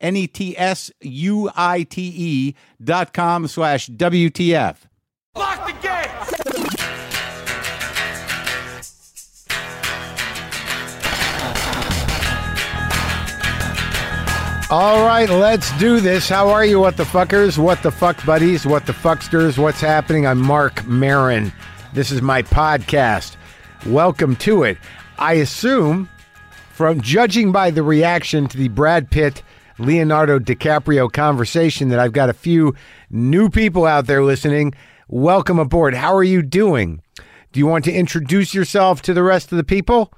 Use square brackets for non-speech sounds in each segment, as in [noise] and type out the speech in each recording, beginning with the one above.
N E T S U I T E dot com slash WTF. Lock the gates! All right, let's do this. How are you, what the fuckers? What the fuck buddies? What the fucksters? What's happening? I'm Mark Marin. This is my podcast. Welcome to it. I assume, from judging by the reaction to the Brad Pitt Leonardo DiCaprio conversation, that I've got a few new people out there listening. Welcome aboard. How are you doing? Do you want to introduce yourself to the rest of the people?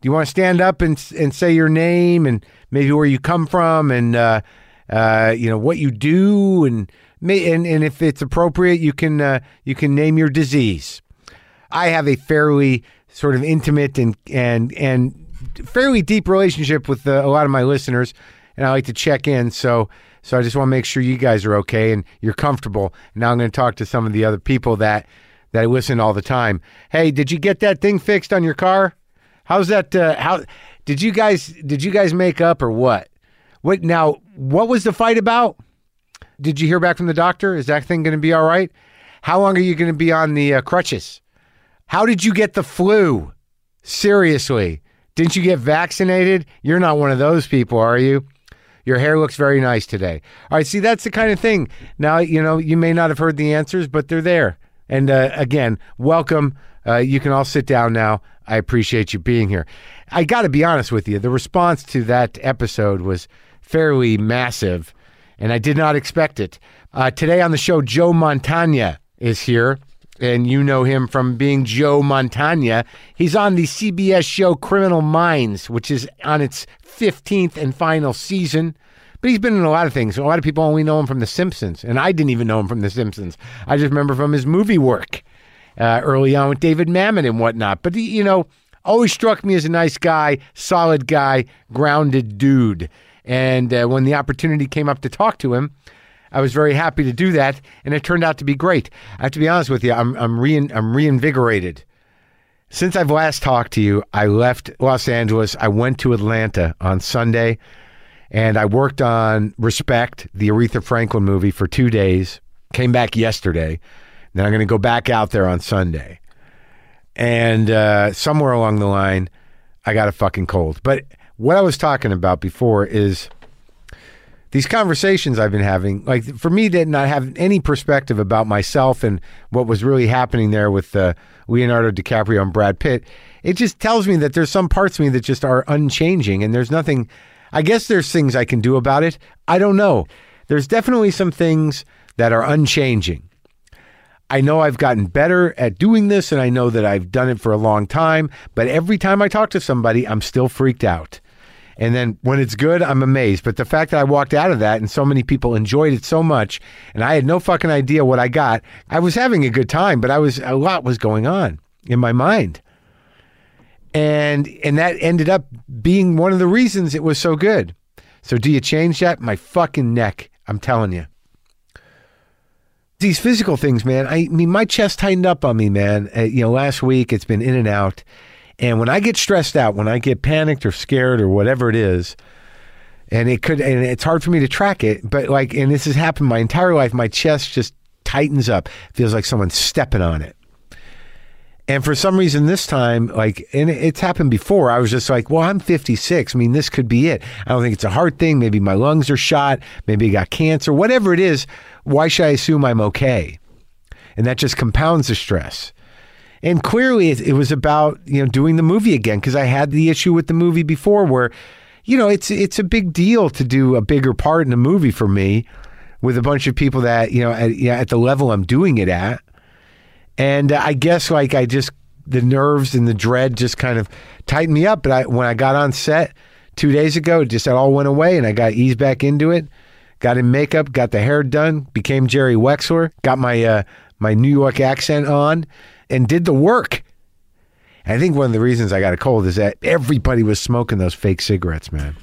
Do you want to stand up and and say your name and maybe where you come from and uh, uh, you know what you do and may, and and if it's appropriate, you can uh, you can name your disease. I have a fairly sort of intimate and and and fairly deep relationship with uh, a lot of my listeners, and I like to check in. So so I just want to make sure you guys are okay and you're comfortable. Now I'm going to talk to some of the other people that that listen all the time. Hey, did you get that thing fixed on your car? How's that? Uh, how did you guys did you guys make up or what? What now? What was the fight about? Did you hear back from the doctor? Is that thing going to be all right? How long are you going to be on the uh, crutches? How did you get the flu? Seriously, didn't you get vaccinated? You're not one of those people, are you? Your hair looks very nice today. All right, see, that's the kind of thing. Now, you know, you may not have heard the answers, but they're there. And uh, again, welcome. Uh, you can all sit down now. I appreciate you being here. I got to be honest with you. The response to that episode was fairly massive, and I did not expect it. Uh, today on the show, Joe Montagna is here, and you know him from being Joe Montagna. He's on the CBS show Criminal Minds, which is on its 15th and final season. But he's been in a lot of things. A lot of people only know him from The Simpsons, and I didn't even know him from The Simpsons. I just remember from his movie work uh, early on with David Mamet and whatnot. But, he, you know, always struck me as a nice guy, solid guy, grounded dude. And uh, when the opportunity came up to talk to him, I was very happy to do that, and it turned out to be great. I have to be honest with you, I'm, I'm, rein, I'm reinvigorated. Since I've last talked to you, I left Los Angeles. I went to Atlanta on Sunday, and I worked on Respect, the Aretha Franklin movie, for two days. Came back yesterday. Then I'm going to go back out there on Sunday. And uh, somewhere along the line, I got a fucking cold. But what I was talking about before is these conversations I've been having, like for me to not have any perspective about myself and what was really happening there with uh, Leonardo DiCaprio and Brad Pitt, it just tells me that there's some parts of me that just are unchanging and there's nothing, I guess there's things I can do about it. I don't know. There's definitely some things that are unchanging. I know I've gotten better at doing this and I know that I've done it for a long time, but every time I talk to somebody, I'm still freaked out. And then when it's good, I'm amazed. But the fact that I walked out of that and so many people enjoyed it so much and I had no fucking idea what I got, I was having a good time, but I was a lot was going on in my mind. And and that ended up being one of the reasons it was so good. So do you change that? My fucking neck, I'm telling you these physical things, man. I, mean, my chest tightened up on me, man. Uh, you know, last week it's been in and out. And when I get stressed out, when I get panicked or scared or whatever it is, and it could, and it's hard for me to track it, but like, and this has happened my entire life, my chest just tightens up. feels like someone's stepping on it. And for some reason, this time, like, and it- it's happened before, I was just like, well, I'm 56. I mean, this could be it. I don't think it's a heart thing. Maybe my lungs are shot. Maybe I got cancer. Whatever it is, why should I assume I'm okay? and that just compounds the stress. And clearly, it, it was about you know doing the movie again because I had the issue with the movie before, where you know it's it's a big deal to do a bigger part in a movie for me with a bunch of people that you know at, you know, at the level I'm doing it at. And I guess like I just the nerves and the dread just kind of tightened me up. But I when I got on set two days ago, it just it all went away, and I got eased back into it. Got in makeup, got the hair done, became Jerry Wexler, got my uh, my New York accent on, and did the work. And I think one of the reasons I got a cold is that everybody was smoking those fake cigarettes, man.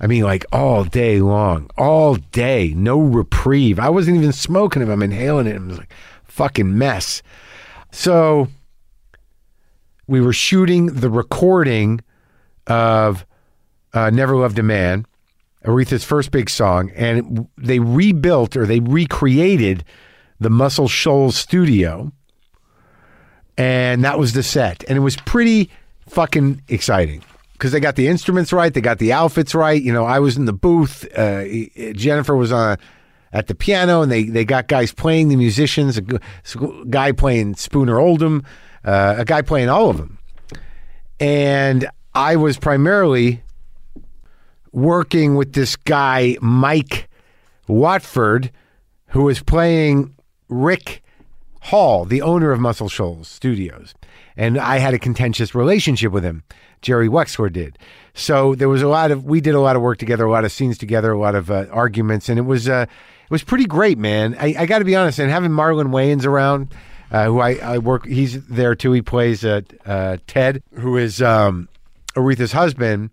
I mean, like all day long, all day, no reprieve. I wasn't even smoking them. I'm inhaling it. It was like fucking mess. So we were shooting the recording of uh, "Never Loved a Man," Aretha's first big song, and they rebuilt or they recreated the Muscle Shoals studio, and that was the set, and it was pretty fucking exciting because they got the instruments right, they got the outfits right. You know, I was in the booth, uh, Jennifer was on at the piano, and they they got guys playing the musicians, a g- s- guy playing Spooner Oldham, uh, a guy playing all of them, and I was primarily working with this guy Mike Watford, who was playing Rick Hall, the owner of Muscle Shoals Studios, and I had a contentious relationship with him. Jerry Wexler did. So there was a lot of we did a lot of work together, a lot of scenes together, a lot of uh, arguments, and it was uh, it was pretty great, man. I, I got to be honest, and having Marlon Wayans around, uh, who I, I work, he's there too. He plays uh, uh, Ted, who is um, Aretha's husband.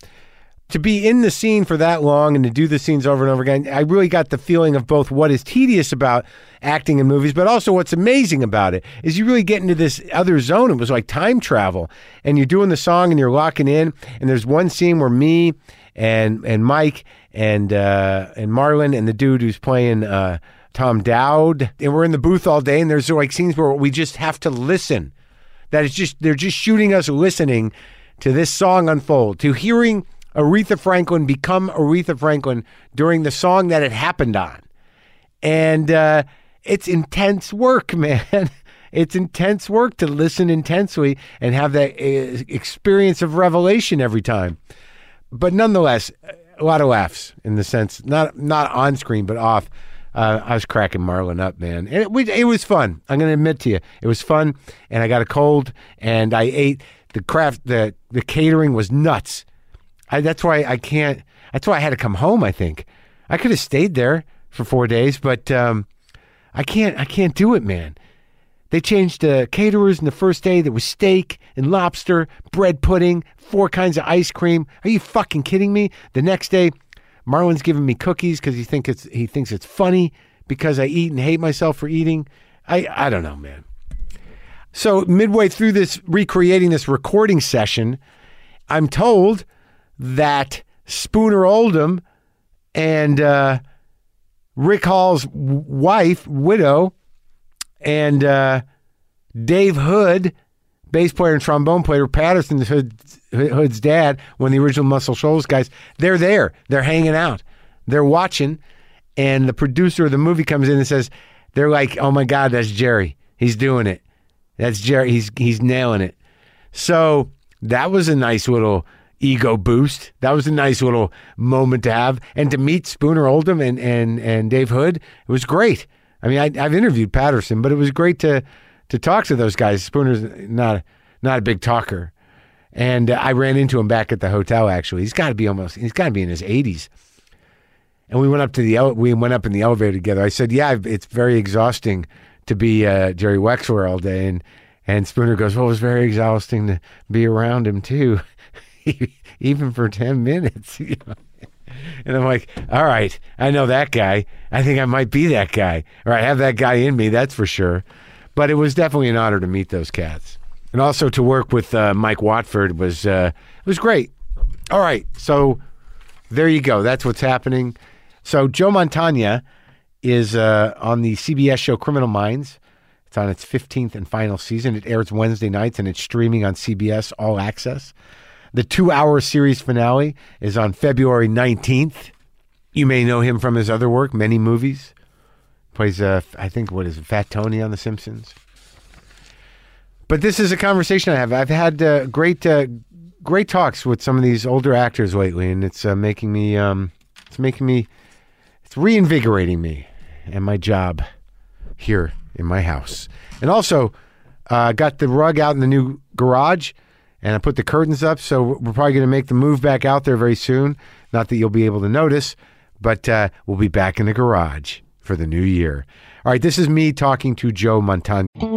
To be in the scene for that long and to do the scenes over and over again, I really got the feeling of both what is tedious about acting in movies, but also what's amazing about it is you really get into this other zone. It was like time travel, and you're doing the song and you're locking in. And there's one scene where me and and Mike and uh, and Marlon and the dude who's playing uh, Tom Dowd, and we're in the booth all day. And there's like scenes where we just have to listen that it's just they're just shooting us listening to this song unfold, to hearing Aretha Franklin become Aretha Franklin during the song that it happened on. And uh, it's intense work, [laughs] man. It's intense work to listen intensely and have that uh, experience of revelation every time. But nonetheless, a lot of laughs in the sense not not on screen but off. Uh, I was cracking Marlon up, man. And it, we, it was fun. I'm going to admit to you, it was fun. And I got a cold, and I ate the craft. the The catering was nuts. I, that's why I can't. That's why I had to come home. I think I could have stayed there for four days, but um, I can't. I can't do it, man. They changed the caterers in the first day. There was steak and lobster, bread pudding, four kinds of ice cream. Are you fucking kidding me? The next day, Marlon's giving me cookies because he think it's he thinks it's funny because I eat and hate myself for eating. I I don't know, man. So midway through this recreating this recording session, I'm told that Spooner Oldham and uh, Rick Hall's w- wife, widow, and uh, Dave Hood, bass player and trombone player, Patterson Hood's, Hood's dad, one of the original Muscle Shoals guys, they're there. They're hanging out. They're watching. And the producer of the movie comes in and says, they're like, oh my God, that's Jerry. He's doing it. That's Jerry. He's, he's nailing it. So that was a nice little ego boost. That was a nice little moment to have. And to meet Spooner Oldham and, and, and Dave Hood, it was great. I mean, I, I've interviewed Patterson, but it was great to, to talk to those guys. Spooner's not, not a big talker. And uh, I ran into him back at the hotel, actually. He's got to be almost, he's got to be in his 80s. And we went up to the, ele- we went up in the elevator together. I said, yeah, I've- it's very exhausting to be uh, Jerry Wexler all day. And, and Spooner goes, well, it was very exhausting to be around him too. [laughs] even for 10 minutes. [laughs] you know. And I'm like, all right, I know that guy. I think I might be that guy, or I have that guy in me, that's for sure. But it was definitely an honor to meet those cats. And also to work with uh, Mike Watford was uh, it was great. All right, so there you go. That's what's happening. So Joe Montana is uh, on the CBS show Criminal Minds. It's on its 15th and final season. It airs Wednesday nights and it's streaming on CBS All Access. The two hour series finale is on February 19th. You may know him from his other work, many movies, Plays, uh, I think, what is it, Fat Tony on The Simpsons? But this is a conversation I have. I've had uh, great, uh, great talks with some of these older actors lately, and it's uh, making me, um, it's making me, it's reinvigorating me and my job here in my house. And also, uh, got the rug out in the new garage, and I put the curtains up. So we're probably going to make the move back out there very soon. Not that you'll be able to notice, but uh, we'll be back in the garage for the new year. All right, this is me talking to Joe Montano.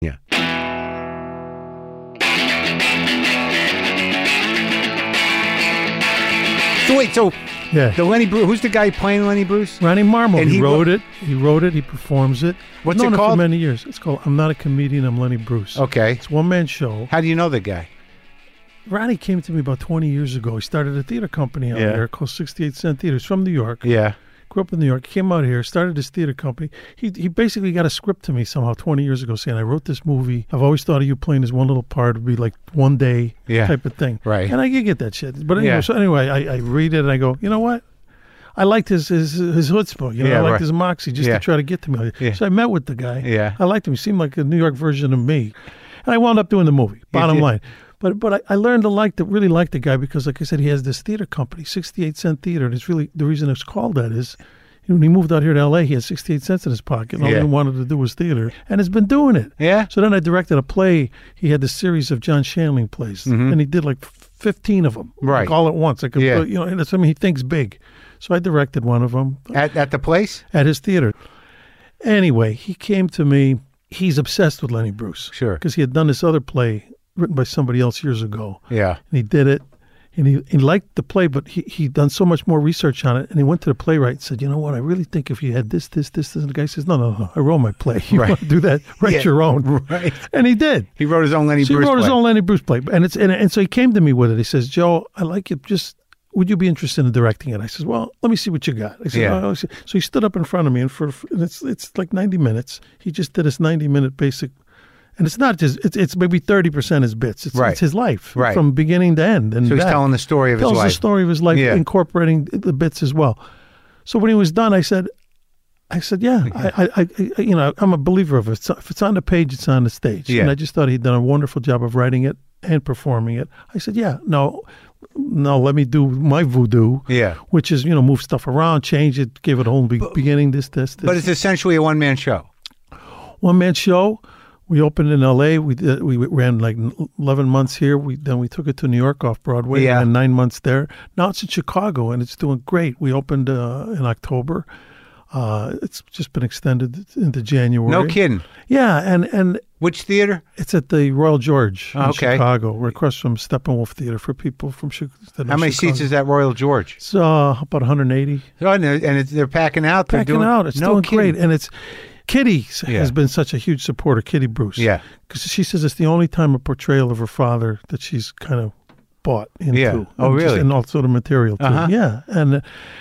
Yeah. So wait, so Yeah. the Lenny Bruce, who's the guy playing Lenny Bruce? Ronnie Marmo. And he, he wrote- wrote it. He wrote it. He performs it. What's Known it for called? many years. It's called I'm Not a Comedian. I'm Lenny Bruce. Okay. It's one man show. How do you know the guy? Ronnie came to me about 20 years ago. He started a theater company out Yeah. there called 68 Cent Theater. He's from New York. Yeah. Grew up in New York. Came out here. Started his theater company. He he basically got a script to me somehow 20 years ago saying I wrote this movie. I've always thought of you playing this one little part. It'd be like one day Yeah. type of thing. Right. And I could get that shit. But anyway, Yeah. so anyway, I, I read it and I go, you know what? I liked his his his chutzpah, you know. Yeah, I liked right. his moxie just Yeah. to try to get to me. Yeah. So I met with the guy. Yeah. I liked him. He seemed like a New York version of me, and I wound up doing the movie. Bottom did. line, but but I, I learned to like the really like the guy because, like I said, he has this theater company, sixty eight cent theater, and it's really the reason it's called that is. When he moved out here to L.A., he had 68 cents in his pocket. And all Yeah. he wanted to do was theater, and has been doing it. Yeah. So then I directed a play. He had this series of John Shanley plays, and he did like 15 of them, Mm-hmm. Right. Like all at once. Like a, Yeah. you know, and it's, I mean, he thinks big. So I directed one of them At, at the place? at his theater. Anyway, he came to me. He's obsessed with Lenny Bruce. Sure. Because he had done this other play written by somebody else years ago. Yeah. And he did it. And he, he liked the play, but he, he'd done so much more research on it. And he went to the playwright and said, You know what? I really think if you had this, this, this, this. And the guy says, No, no, no. I wrote my play. [laughs] You Right. want to do that? Write Yeah. your own. [laughs] Right. And he did. He wrote his own Lenny So Bruce. he wrote his play. own Lenny Bruce play, and it's and, and so he came to me with it. He says, "Joe, I like it. Just would you be interested in directing it?" I says, "Well, let me see what you got." I said, Yeah. "Oh, I see." So he stood up in front of me, and for and it's it's like ninety minutes. He just did his ninety minute basic, and it's not just it's it's maybe thirty percent his bits. It's, Right. it's his life Right. from beginning to end. And So he's back. telling the story of his tells life. the story of his life, Yeah. incorporating the bits as well. So when he was done, I said. I said, yeah, I, I, I, I- you know, I'm a believer of it. So If it's on the page, it's on the stage. Yeah. And I just thought he'd done a wonderful job of writing it and performing it. I said, yeah, no, no, let me do my voodoo. Yeah. Which is, you know, move stuff around, change it, give it a whole be- beginning, this, this, this. But it's essentially a one man show. one man show. We opened in L.A. We did, we ran like eleven months here. We then we took it to New York off Broadway. Yeah. and then nine months there. Now it's in Chicago and it's doing great. We opened uh, in October. Uh, it's just been extended into January. No kidding. Yeah, and and Which theater? it's at the Royal George in Okay. Chicago. We're across from Steppenwolf Theater for people from Chi- that know Chicago. How many seats is that Royal George? It's uh, about 180. Oh, and they're, and it's, they're packing out. They're packing doing, out. It's no doing kidding. great, and it's Kitty s- Yeah. has been such a huge supporter. Kitty Bruce, Yeah. because she says it's the only time a portrayal of her father that she's kind of bought into. Yeah. Oh, and just- really? and also the material too. Uh-huh. Yeah, and, uh,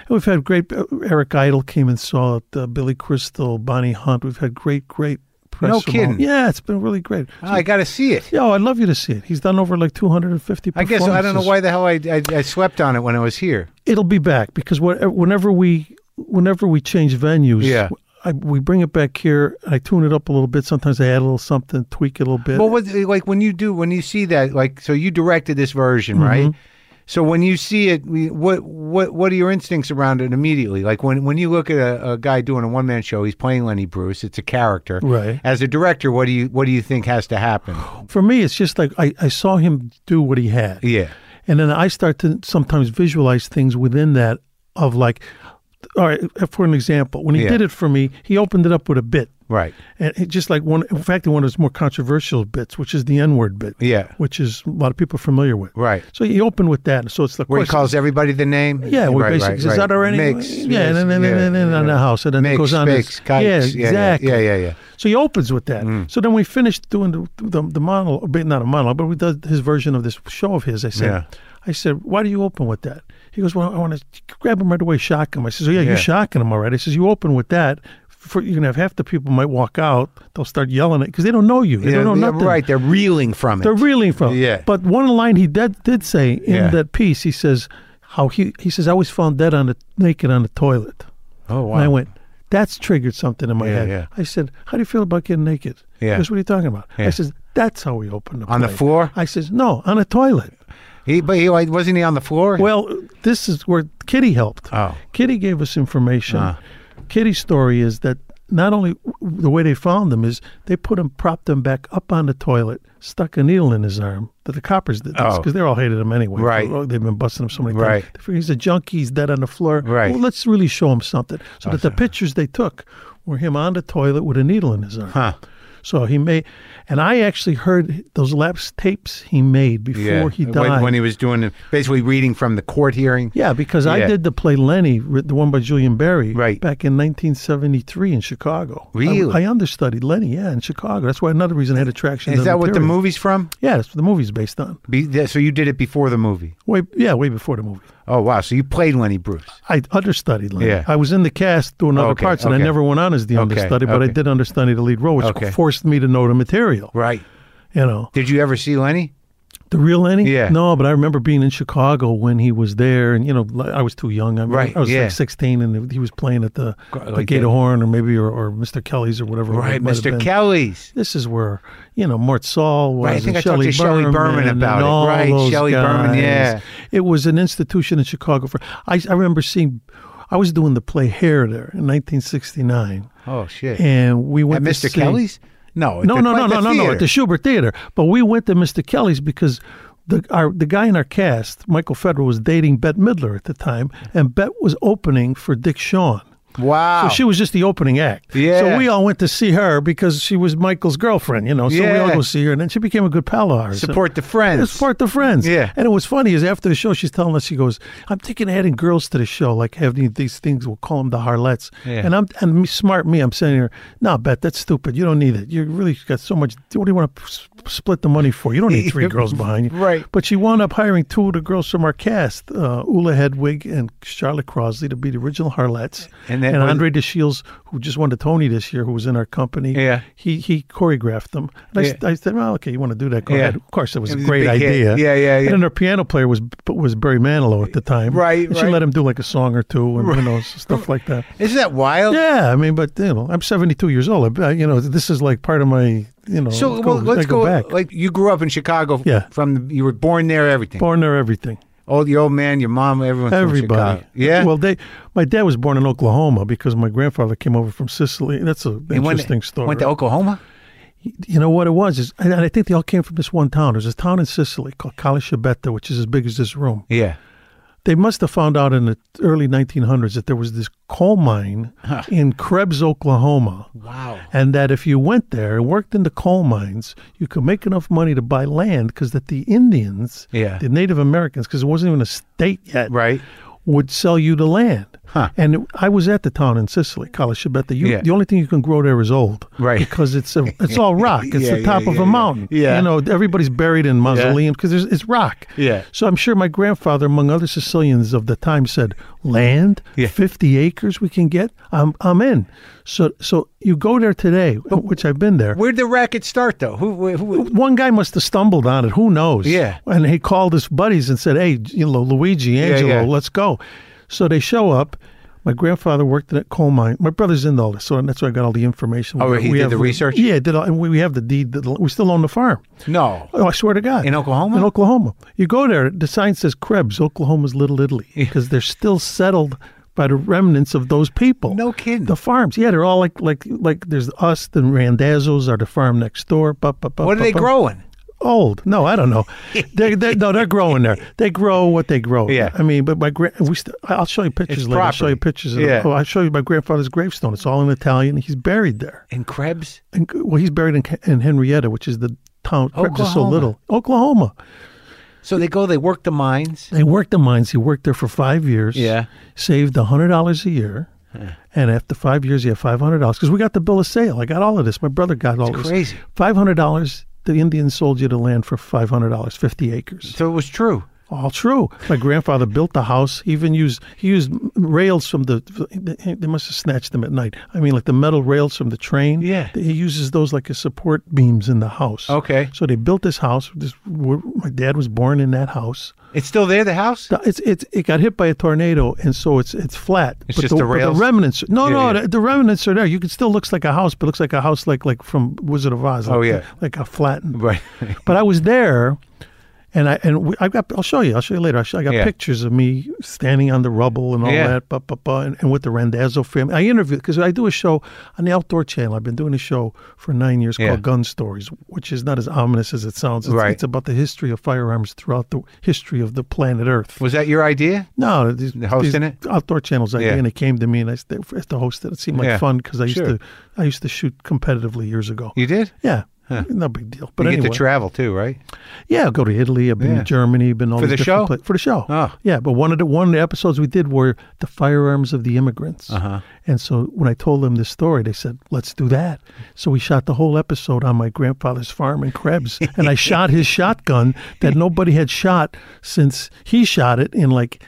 we've had great. Uh, Eric Idle came and saw it. Uh, Billy Crystal, Bonnie Hunt. We've had great, great. Press No from kidding. all- Yeah, it's been really great. Oh, I got to see it. yeah, oh, I'd love you to see it. He's done over like 250 I guess I don't know performances. why the hell I, I, I slept on it when I was here. it'll be back because what- whenever we whenever we change venues, Yeah. I, we bring it back here. and I tune it up a little bit. Sometimes I add a little something, tweak it a little bit. Mm-hmm. Well, what, like when you do, when you see that, like, so you directed this version, right? So when you see it, we- what what what are your instincts around it immediately? Like when when you look at a, a guy doing a one man show, he's playing Lenny Bruce. It's a character. Right. As a director, what do you what do you think has to [sighs] happen? For me, it's just like I, I saw him do what he had. Oh. Yeah. And then I start to sometimes visualize things within that of like, all right, for an example, when he Yeah. did it for me, he opened it up with a bit. Right. And it just like one, in fact, one of his more controversial bits, which is the N word bit. Yeah. Which is a lot of people are familiar with. Right. So he opened with that. So it's the Where he question- calls everybody the name. Yeah, well, Right, basically, right, is right. that already? Makes, yeah, and then, and then, and then on the house, and then Makes, it goes on. to- bakes, kikes. yeah, Yeah, yeah, exactly. yeah, yeah, Mm. yeah. So he opens with that. So then we finished doing the the, the monologue, but not a monologue, but we did his version of this show of his. I said, Yeah. I said, why do you open with that? He goes, well, I want to grab him right away, shock him. I says, oh yeah, Yeah. you're shocking him already. I says, you open with that. For, you're gonna have half the people might walk out. They'll start yelling it because they don't know you. They Yeah, don't know yeah, nothing. right. They're reeling from it. They're reeling from. it. Yeah. But one line he did, did say in Yeah. that piece, he says how he he says I was found dead on the naked on the toilet. oh wow. And I went, that's triggered something in my Yeah, head. yeah. I said, how do you feel about getting naked? Yeah. He goes, what are you talking about? Yeah. I says, that's how we opened the On the play." floor? I says, no, on a toilet. He but he like, wasn't he on the floor? Well, this is where Kitty helped. Oh. Uh. Kitty gave us information. Kitty's story is that not only the way they found them is they put him, propped him back up on the toilet, stuck a needle in his arm. That the coppers did this Oh. because they all hated him anyway. Right. Oh, They've been busting him so many Right. times. They figure He's a junkie. He's dead on the floor. Right. Well, let's really show him something. So that the pictures they took were him on the toilet with a needle in his arm. Huh. So he made, and I actually heard those lapse tapes he made before yeah. he died. when, when he was doing it- basically reading from the court hearing. Yeah, because I Yeah. did the play Lenny, writ- the one by Julian Barry, Right. back in 1973 in Chicago. I- Really? I, understudied Lenny, yeah, in Chicago. That's why another reason I had attraction. to Is that what the material. movie's from? Yeah, that's what the movie's based on. Be, yeah, so you did it before the movie. Way, yeah, way before the movie. Oh wow! So you played Lenny Bruce. I understudied Lenny. Yeah. I was in the cast doing other Okay, parts, and okay. I never went on as the Okay, understudy, but okay. I did understudy the lead role, which Okay. forced me to know the material. Right. You know, Did you ever see Lenny? the real Lenny. Yeah. No, but I remember being in Chicago when he was there, and you know, li- I was too young. I mean, Right, I was yeah. like 16, and he was playing at the, the like Gator that. Horn, or maybe, or, or Mr. Kelly's, or whatever. it Right, might have Mr. been. Kelly's. This is where you know Mort Saul was. Right, I think and I talked to Shelley Shelley Berman, Berman about and it. all Right, those Shelley Berman, guys. yeah. It was an institution in Chicago. For I, I remember seeing. I was doing the play Hair there in 1969, Oh shit! and we At went to Mr. see- Kelly's? No, at no, the- no, no, at no, the no, no, theater. at the Schubert Theater. But we went to Mr. Kelly's because the our the guy in our cast, Michael Federer, was dating Bette Midler at the time, and Bette was opening for Dick Shawn. wow. So she was just the opening act. Yeah. So we all went to see her because she was Michael's girlfriend, you know. So we Yeah. all go see her, and then she became a good pal of ours. Support the friends. It's part the friends. Yeah. And it was funny is after the show, she's telling us, she goes, I'm thinking of adding girls to the show, like having these things, we'll call them the harlots. Yeah. And I'm and me, smart me, I'm saying to her, no, Bet, that's stupid. You don't need it. You really got so much. What do you want to sp- split the money for? You don't [laughs] need three girls behind you. Right. But she wound up hiring two of the girls from our cast, uh, Ula Hedwig and Charlotte Crosley, to be the original harlots. And that was- Andre DeShields, who just won the Tony this year, who was in our company. Yeah. He he choreographed them. And Yeah. I, I said, well, okay, you want to do that? Go Yeah. ahead. Of course, it was It was a a great big hit. idea. Yeah, yeah, yeah. And then her piano player was was Barry Manilow at the time. Right, And she right. let him do like a song or two and you know s- stuff [laughs] like that. Isn't that wild? Yeah, I mean, but you know, I'm 72 years old. I, you know, this is like part of my you know. So let's well, go, let's I go, go. back. Like you grew up in Chicago. Yeah. From the, you were born there. Everything. Born there, everything, Old your old man, your mom, everyone. everybody. Yeah. Well, they. My dad was born in Oklahoma because my grandfather came over from Sicily. That's an He went- interesting story. Went to Oklahoma. you know what it was is, and I think they all came from this one town. There's this town in Sicily called Calishebetta, which is as big as this room. Yeah. They must have found out in the early 1900s that there was this coal mine in Krebs, Oklahoma, Wow. and that if you went there and worked in the coal mines, you could make enough money to buy land because that the Indians, Yeah. the Native Americans, because it wasn't even a state yet, Right. would sell you the land. Huh. And it- I was at the town in Sicily, Calishebetta. You, Yeah. The only thing you can grow there is old, Right. Because it's a, [laughs] it's all rock. It's Yeah, the top yeah, of yeah, a yeah. mountain. Yeah. you know Oh, everybody's buried in mausoleums because it's rock. Yeah. So I'm sure my grandfather, among other Sicilians of the time, said, "Land, Yeah. 50 acres we can get. I'm I'm in." So so you go there today, which I've been there. Where'd the racket start though? Who? who, who One guy must have stumbled on it. Who knows? Yeah. And he called his buddies and said, "Hey, you know, Luigi, yeah. Angelo, let's go." So they show up. My grandfather worked in a coal mine. My brother's in all this, so that's where I got all the information. Oh, We- he we did have- the research? Yeah, did all, and we, we have the deed. That, we still own the farm. No. Oh, I swear to God. In Oklahoma? In Oklahoma. You go there, the sign says Krebs, Oklahoma's Little Italy, because they're still settled by the remnants of those people. No kidding. The farms, yeah, they're all like like like. There's us, the Randazzo's are the farm next door. Bup, bup, bup, What are bup, they bup. growing? Old? No, I [laughs] don't know. they they no, they're growing there. They grow what they grow. Yeah. I mean, but my grand, we st- I'll show you pictures It's later. I'll show property. you pictures. Of Yeah. oh, I'll show you my grandfather's gravestone. It's all in Italian. He's buried there. And Krebs? And, well, he's buried in, in Henrietta, which is the town. Krebs is so Oklahoma. little. Oklahoma. So they go, they work the mines. They worked the mines. He worked there for five years. Yeah. Saved hundred dollars a year. And after five years, he had five hundred dollars because we got the bill of sale. I got all of this. My brother got all this. crazy. Five hundred dollars. The Indians sold you the land for five hundred dollars, fifty acres. So it was true. All true. My grandfather built the house. He even used he used rails from the. They must have snatched them at night. I mean, like the metal rails from the train. Yeah. He uses those like as support beams in the house. Okay. So they built this house. This where my dad was born in that house. It's still there, the house? The- It's it's it got hit by a tornado, and so it's it's flat. It's but just the, the but rails? remnants. No, Yeah, no, yeah. The, the remnants are there. You can still looks like a house, but it looks like a house like like from Wizard of Oz. Oh, like- yeah. like a flattened. Right. [laughs] but I was there, and I and we, I got. I'll show you. I'll show you later. I, sh- I got Yeah. pictures of me standing on the rubble and all Yeah. that. Bah, bah, bah, and, and with the Randazzo family, I interviewed because I do a show on the Outdoor Channel. I've been doing a show for nine years Yeah. called Gun Stories, which is not as ominous as it sounds. It's, Right. it's about the history of firearms throughout the history of the planet Earth. Was that your idea? No, these, The host these in it? Outdoor channels idea, Yeah. and it came to me, and I st- as the host, it seemed like Yeah. fun because I used Sure. to, I used to shoot competitively years ago. You did? Yeah, no big deal. But you anyway, get to travel too, right? yeah, I'll go to Italy. I've been Yeah. to Germany. Been all For these the different show? pla- for the show. Ah. Yeah, but one of the one of the episodes we did were the firearms of the immigrants. Uh-huh. And so when I told them this story, they said, "Let's do that." So we shot the whole episode on my grandfather's farm in Krebs, and I shot his [laughs] shotgun that nobody had shot since he shot it in like.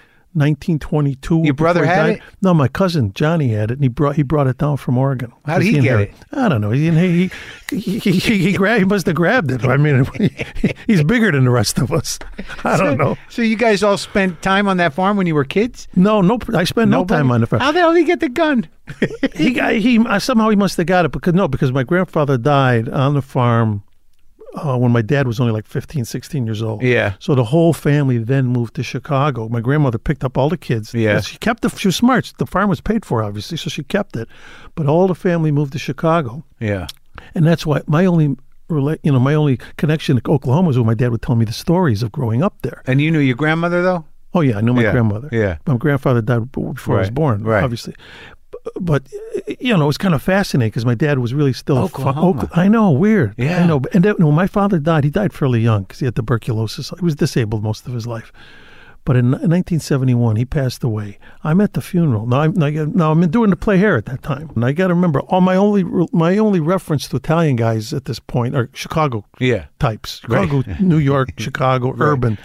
1922. Your brother before he had died. it? No, my cousin Johnny had it, and he brought he brought it down from Oregon. How'd he get inherited- I don't know. He he he, he, he, he, grabbed, he must have grabbed it. I mean, [laughs] he's bigger than the rest of us. I don't know. So you guys all spent time on that farm when you were kids? No, no. I spend no time on the farm. How the hell did he get the gun? He got he uh, somehow he must have got it because no, because my grandfather died on the farm. Uh, when my dad was only like 15, 16 years old. Yeah. So the whole family then moved to Chicago. My grandmother picked up all the kids. Yeah. She kept the, she was smart. The farm was paid for, obviously, so she kept it. But all the family moved to Chicago. Yeah. And that's why my only, rela- you know, my only connection to Oklahoma is when my dad would tell me the stories of growing up there. And you knew your grandmother though? Oh yeah, I know my Yeah, grandmother. yeah. my grandfather died b- before I was Right, born. right. obviously. B- But uh, you know, it was kind of fascinating because my dad was really still a fa- Oklahoma. Oak- I know, weird. Yeah. I know. But- And then, when my father died, he died fairly young because he had tuberculosis. He was disabled most of his life. But in 1971, he passed away. I'm at the funeral. Now I'm now, you- now I'm doing the play here at that time, and I got to remember all my only re- my only reference to Italian guys at this point are Chicago Yeah. types. Chicago, New [laughs] York, Chicago, urban.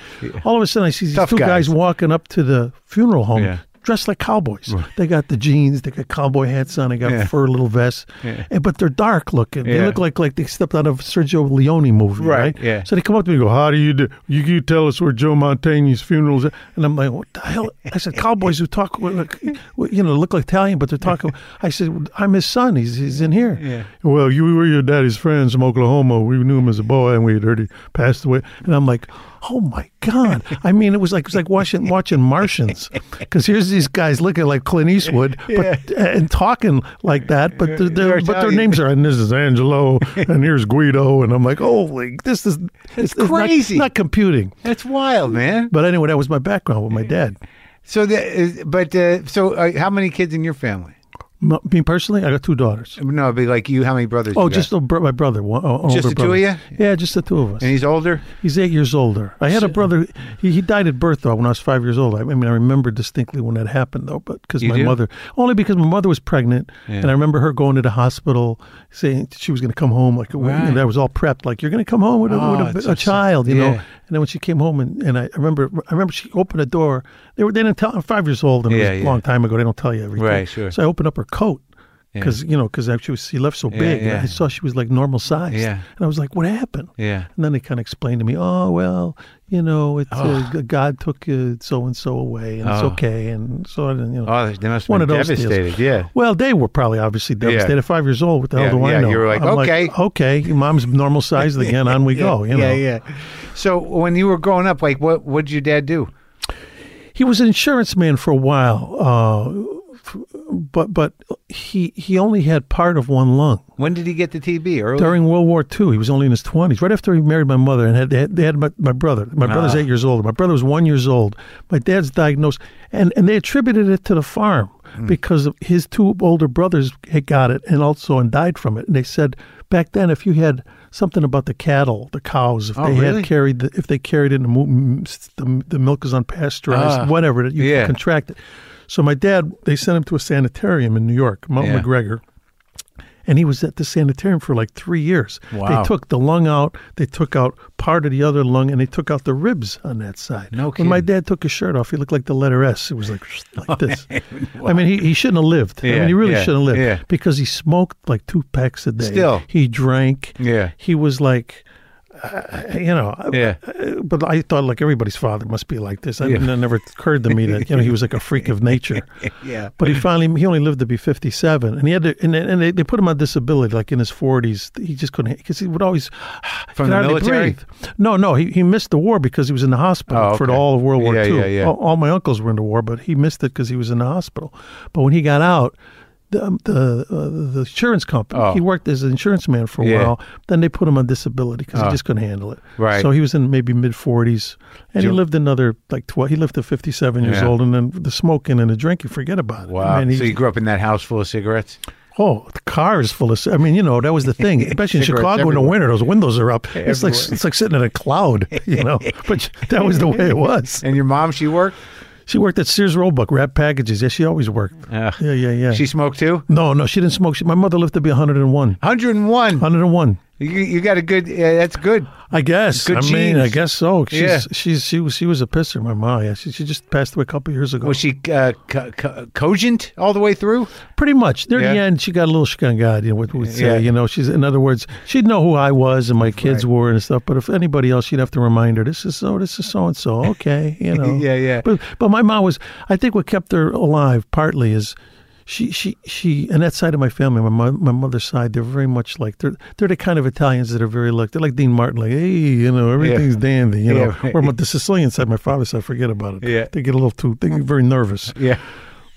All of a sudden, I see these Tough two guys. guys. walking up to the funeral home. Yeah. Dressed like cowboys, they got the jeans, they got cowboy hats on, they got Yeah. fur little vests, and, but they're dark looking. They Yeah. look like like they stepped out of a Sergio Leone movie, Right, right? yeah. So they come up to me and go, "How do you do? You, you tell us where Joe Montaigne's funeral is?" at?" And I'm like, "What the hell?" I said, "Cowboys who talk, like, you know, look like Italian, but they're [laughs] talking." I said, "I'm his son. He's he's in here." Yeah. Well, you were your daddy's friends from Oklahoma. We knew him as a boy, and we had heard he passed away. And I'm like, oh my god! I mean, it was like it was like watching watching Martians, because here's these guys looking like Clint Eastwood, [laughs] but and talking like that, but they're, You're they're, but their Italian. names are and this is [laughs] Angelo, and here's Guido, and I'm like, holy, this is it's, not- crazy. not computing. That's wild, man. But anyway, that was my background with my dad. So the, but uh, so uh, how many kids in your family? M- Me personally, I got two daughters. No, it'd be like you. How many brothers? Oh, you got? just a bro- my brother. One, uh, older Just the two of brother. you? Yeah, just the two of us. And he's older. He's eight years older. I had a brother. He, he died at birth though when I was five years old. I, I mean, I remember distinctly when that happened though, but because You my do? mother only because my mother was pregnant, and I remember her going to the hospital saying she was going to come home like you know, Right. that was all prepped like you're going to come home with a, Oh, it's with a, a so sad. child, you know. Yeah. And then when she came home and, and I, I remember I remember she opened the door. They were they didn't tell. I'm five years old and Yeah, it was yeah. a long time ago. They don't tell you everything. Right, sure. So I opened up her coat. because you know because actually she left so big. and yeah. I saw she was like normal size. Yeah. and I was like, what happened? Yeah. And then they kind of explained to me, oh well, you know, it's uh, g- God took so and so away, and it's okay, and so I didn't, you know. Oh, they must have One been of those deals. devastated. Yeah. Well, they were probably obviously devastated. Five years old, what the hell Yeah, do I yeah, know? you were like, I'm okay. okay, your mom's normal size again. On we Oh, go. You know, [laughs] yeah, yeah. So when you were growing up, like, what would your dad do? he was an insurance man for a while, uh, f- but but he he only had part of one lung. When did he get the TB? Early. During World War II, he was only in his 20s. Right after he married my mother, and had, they had, they had my, my brother. My Ah. brother's eight years older. My brother was one years old. My dad's diagnosed, and, and they attributed it to the farm Hmm. because his two older brothers had got it and also and died from it. And they said back then, if you had something about the cattle, the cows, if Oh, they really? had carried, the, if they carried it, and the, mo- m- s- the, the milk is unpasteurized, whatever, you Ah, yeah. contract it. So my dad, they sent him to a sanitarium in New York, Mount Yeah. McGregor and he was at the sanitarium for like three years. Wow. They took the lung out, they took out part of the other lung, and they took out the ribs on that side. No When my kidding. dad took his shirt off, he looked like the letter S. It was like, like this. I mean, he, he shouldn't have lived. I Yeah, mean, he really yeah, shouldn't have lived yeah. because he smoked like two packs a day. Still. He drank. Yeah. He was like, uh, you know, Yeah. uh, but I thought like everybody's father must be like this. I, Yeah. It never occurred to me that you know he was like a freak [laughs] of nature. yeah. But he finally he only lived to be fifty seven, and he had to and, and they, they put him on disability like in his forties. He just couldn't because he would always [sighs] From could the hardly military? breathe. No, no, he, he missed the war because he was in the hospital Oh, for okay. all of World War Yeah, II. yeah, yeah. All, all my uncles were in the war, but he missed it because he was in the hospital. But when he got out. The, um, the uh, the insurance company. Oh. He worked as an insurance man for a Yeah. Oh. while. Then they put him on disability because he just couldn't handle it. Right. So he was in maybe mid 40s, and he lived another like 12. He lived to 57 years Yeah. old, and then the smoking and the drinking, forget about it. Wow. I mean, so he- you grew up in that house full of cigarettes? oh, the car is full of. I mean, you know, that was [laughs] the thing, especially in Cigarettes Chicago in the everywhere. winter. Those windows are up. It's like Everywhere. it's like sitting in a cloud, [laughs] [laughs] you know. but that was the way it was. And your mom, she worked? She worked at Sears Roebuck, wrap packages. Yeah, she always worked. Ugh. yeah, yeah, yeah. She smoked too? no, no, she didn't smoke. She, my mother lived to be 101. 101. 101. You, you got a good, yeah, that's good. I guess. Good I mean, I genes. guess so. She's, Yeah. she's she was she was a pisser. My mom. Yeah, she, she just passed away a couple years ago. Was she uh, co- co- cogent all the way through? Pretty much. Near the Yeah. end, she got a little shkangad, you know, what would say, Yeah. you know, she's, in other words, she'd know who I was and my kids were and stuff, but if anybody else, she'd have to remind her, this is so, this is so and so, okay, [laughs] you know. Yeah, yeah. But, but my mom was, I think what kept her alive partly is she, she, she, and that side of my family, my, mo- my mother's side, they're very much like, they're, they're the kind of Italians that are very like, they're like Dean Martin, like, hey, you know, everything's dandy, you [laughs] know. Yeah, right. Where my, the Sicilian side, my father's side, forget about it. Yeah. They get a little too, they get very nervous. Yeah.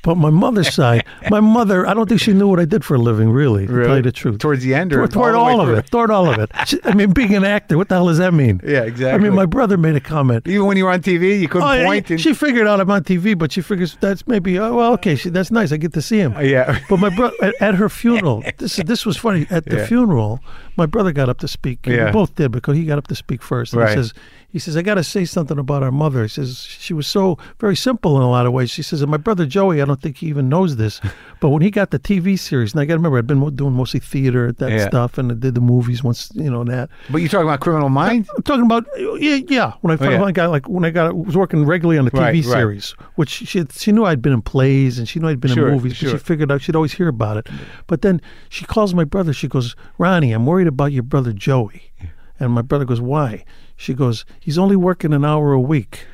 But my [laughs] mother's side, my mother, I don't think she knew what I did for a living, really, to tell you the truth. Towards the end or Toward, toward all the all, way of through? it. Toward all of it. She, I mean, being an actor, what the hell does that mean? [laughs] Yeah, I exactly. mean, my brother made a comment. Even when you were on TV, you couldn't Oh, yeah, point. and- she figured out I'm on TV, but she figures that's maybe, oh, well, okay, she, that's nice. I get to see him. yeah. But my brother, at, at [laughs] her funeral, this this was funny. At the Yeah. funeral, my brother got up to speak. and Yeah. We both did because he got up to speak first. And Right. He says, he says, I got to say something about our mother. He says she was so very simple in a lot of ways. She says, and my brother Joey, I don't think he even [laughs] knows this, but when he got the TV series, and I got to remember, I'd been mo- doing mostly theater at that Yeah. stuff, and I did the movies once, you know that. But you're talking about Criminal Minds? I'm talking about yeah, yeah. When I finally yeah. got like when I got was working regularly on the TV Right, right. series, which she had- she knew I'd been in plays and she knew I'd been Sure, in movies, sure. but she figured out she'd always hear about it. But then she calls my brother. She goes, Ronnie, I'm worried about your brother Joey. And my brother goes, Why? She goes, He's only working an hour a week.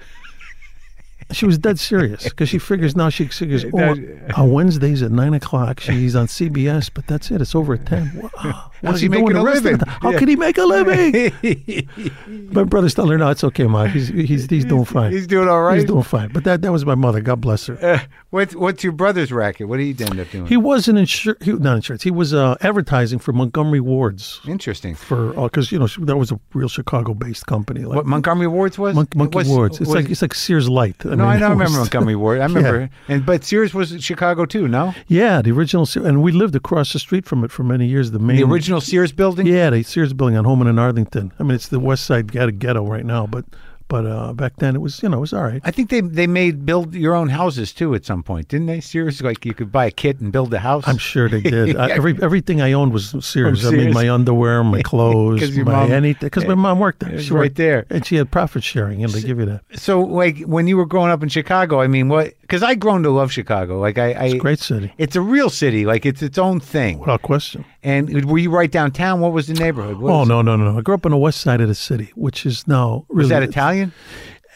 She was dead serious because she figures now she figures oh, [laughs] on Wednesdays at nine o'clock she's on CBS, but that's it. It's over at ten. Wow. What's he making the a rest of living? the- How Yeah. can he make a living? [laughs] My brother's telling her, no, it's okay, Ma. He's he's he's doing fine. He's doing all He's right. doing fine. But that that was my mother. God bless her. What's, what's your brother's racket? What did he end up doing? He was an insur- he, not insurance. He was uh, advertising for Montgomery Wards Interesting. for because you know she- that was a real Chicago-based company. Like What Montgomery Wards was? Mon- Monkey It was- Wards. It's was- like it's like Sears Light. I no, I don't it remember was- Montgomery Ward. I remember, and but Sears was in Chicago too. No, [laughs] Yeah, the original Sears, and we lived across the street from it for many years. The main the original Sears building. Mm. Yeah, the Sears building on Holman and Arlington. I mean, it's the West Side ghetto, ghetto right now, but but uh, back then it was you know it was all right. I think they they made build your own houses too at some point, didn't they? Sears, like you could buy a kit and build a house. I'm sure they [laughs] did. I, every everything I owned was Sears. I mean, Sears. my underwear, [laughs] my 'Cause clothes, your my mom- anything. Because my mom worked there. was worked- right there. and she had profit sharing, and they give you that. So, like when you were growing up in Chicago, I mean, what because I've grown to love Chicago. Like I, I it's Great city, It's a real city. Like it's its own thing. without question. And were you right downtown? What was the neighborhood? What Oh was- no, no, no! no. I grew up on the west side of the city, which is now really was that Italian?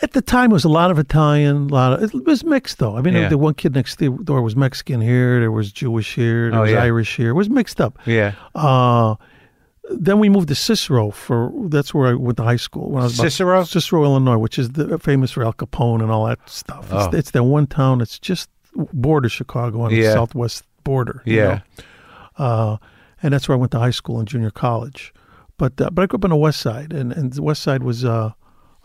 At the time, it was a lot of Italian, a lot of it was mixed though. I mean, Yeah. the one kid next door was Mexican here, there was Jewish here, there Oh, was yeah. Irish here. It was mixed up. Yeah, Uh, then we moved to Cicero for that's where I went to high school when I was about- Cicero? Cicero, Illinois, which is the, famous for Al Capone and all that stuff. It's, Oh. it's that one town that's just border Chicago on Yeah. the southwest border. you yeah. know? Uh, and that's where I went to high school and junior college. But uh, but I grew up on the west side, and, and the west side was. Uh,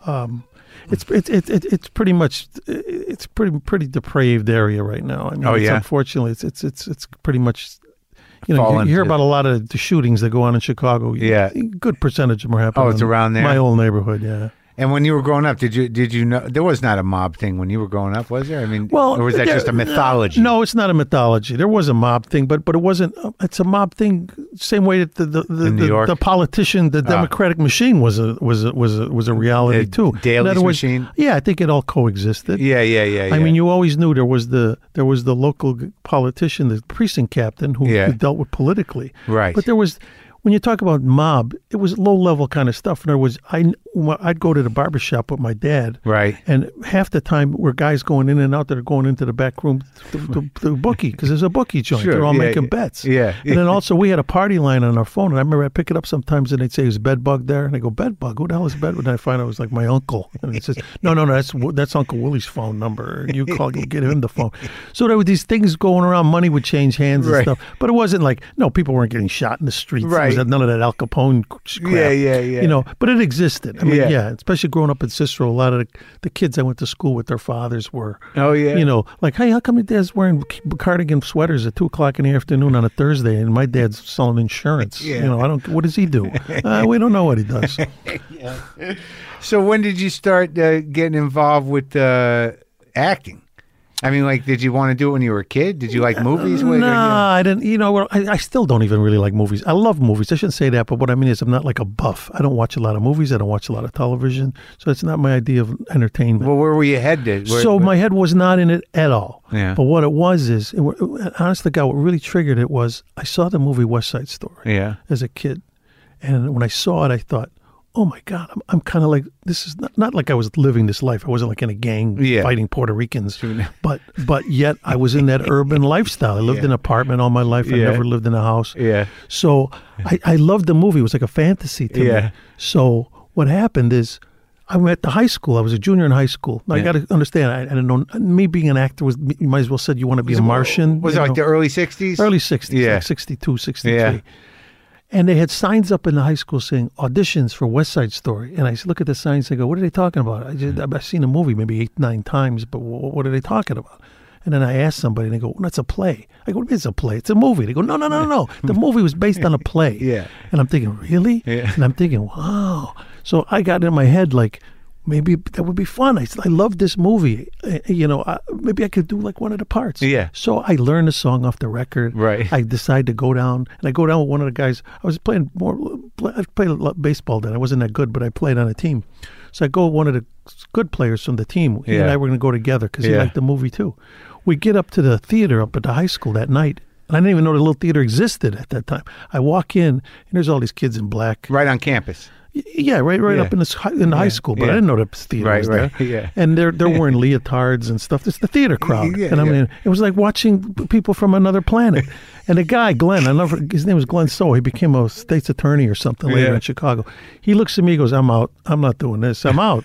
um, Hmm. it's it's it, it, it's pretty much it's pretty pretty depraved area right now. I mean, Oh, it's, yeah. unfortunately, it's it's it's it's pretty much you know you, Fallen you hear to- about a lot of the shootings that go on in Chicago. Yeah. A good percentage of them are happening. Oh, it's in around there? My old neighborhood, yeah. And when you were growing up, did you did you know there was not a mob thing when you were growing up? Was there? I mean, Well, or was that there- just a mythology? No, it's not a mythology. There was a mob thing, but but it wasn't. uh, It's a mob thing, same way that the the the, In New the, York? Ah. the politician, the Democratic machine was a was a, was a, was a reality Uh, too. In Daley's other words, machine? Yeah, I think it all coexisted. Yeah, yeah, yeah. yeah. I mean, you always knew there was the there was the local g- politician, the precinct captain, who, Yeah. who dealt with politically. Right. But there was, when you talk about mob, it was low level kind of stuff. In other words, I kn- when I'd go to the barber shop with my dad. Right. And half the time we're guys going in and out that are going into the back room, the, the, the bookie, because there's a bookie joint. Sure, They're all yeah, making yeah. bets. Yeah. And then also we had a party line on our phone, and I remember I would pick it up sometimes, and they'd say, "Is bed bug there?" And I go, "Bed bug? Who the hell is bed?" And I find out it was like my uncle, and it says, "No, no, no, that's that's Uncle Willie's phone number. You call, you get him the phone." So there were these things going around. Money would change hands and Right. stuff, but it wasn't like no people weren't getting shot in the streets. It was Right. none of that Al Capone crap. Yeah, yeah, yeah. You know, but it existed. I mean, Yeah. yeah. especially growing up in Cicero, a lot of the, the kids I went to school with, their fathers were. Oh, yeah. You know, like, hey, how come your dad's wearing c- cardigan sweaters at two o'clock in the afternoon on a Thursday, and my dad's selling insurance? Yeah. You know, I don't. What does [laughs] he do? uh, we don't know what he does. So when did you start uh, getting involved with uh, acting? I mean, like, did you want to do it when you were a kid? Did you like movies? No, when- I didn't. You know, well, I, I still don't even really like movies. I love movies. I shouldn't say that, but what I mean is, I'm not like a buff. I don't watch a lot of movies. I don't watch a lot of television, so it's not my idea of entertainment. Well, where were you headed? Where- so where- my head was not in it at all. Yeah. But what it was is, it, wa- it, honest to God, what really triggered it was I saw the movie West Side Story yeah, as a kid, and when I saw it, I thought, "Oh my God, I'm, I'm kind of like this is not, not like I was living this life. I wasn't like in a gang Yeah. fighting Puerto [laughs] Ricans, but but yet I was in that urban lifestyle. I lived in an apartment all my life. I Yeah. never lived in a house. yeah, So I, I loved the movie. It was like a fantasy to Yeah. me. So what happened is I went to high school. I was a junior in high school. Now, I Yeah. got to understand. I, I didn't know. Me being an actor was you might as well said you want to be a Martian. Was you it like the know. early '60s? early sixties? Yeah. like 62, 63. Yeah. And they had signs up in the high school saying auditions for West Side Story. And I s- look at the signs. I go, "What are they talking about? I just, I've seen the movie maybe eight, nine times, but wh- what are they talking about?" And then I asked somebody, and they go, "Well, "That's a play." I go, "It's a play. It's a movie." They go, "No, no, [laughs] no, no, no. The movie was based on a play." Yeah. And I'm thinking, "Really?" Yeah. And I'm thinking, "Wow." So I got in my head like. Maybe that would be fun. I, s- I love this movie. Uh, You know, I, maybe I could do like one of the parts. Yeah. So I learned a song off the record. Right. I decide to go down, and I go down with one of the guys. I was playing more. Play, I played a lot baseball then. I wasn't that good, but I played on a team. So I go with one of the good players from the team. He and Yeah. I were going to go together because he Yeah. liked the movie too. We get up to the theater up at the high school that night. And I didn't even know the little theater existed at that time. I walk in, and there's all these kids in black. right on campus. Y- Yeah, right, right Yeah. up in this hi- in the high school, but yeah. I didn't know the theater Right, was right, there. yeah. and they're [laughs] they're wearing leotards and stuff. It's the theater crowd, Yeah, and I yeah. mean, it was like watching p- people from [laughs] another planet. and a guy, Glenn, I never his name was Glenn So. He became a state's attorney or something later Yeah. in Chicago. He looks at me, he goes, "I'm out. I'm not doing this. [laughs] I'm out."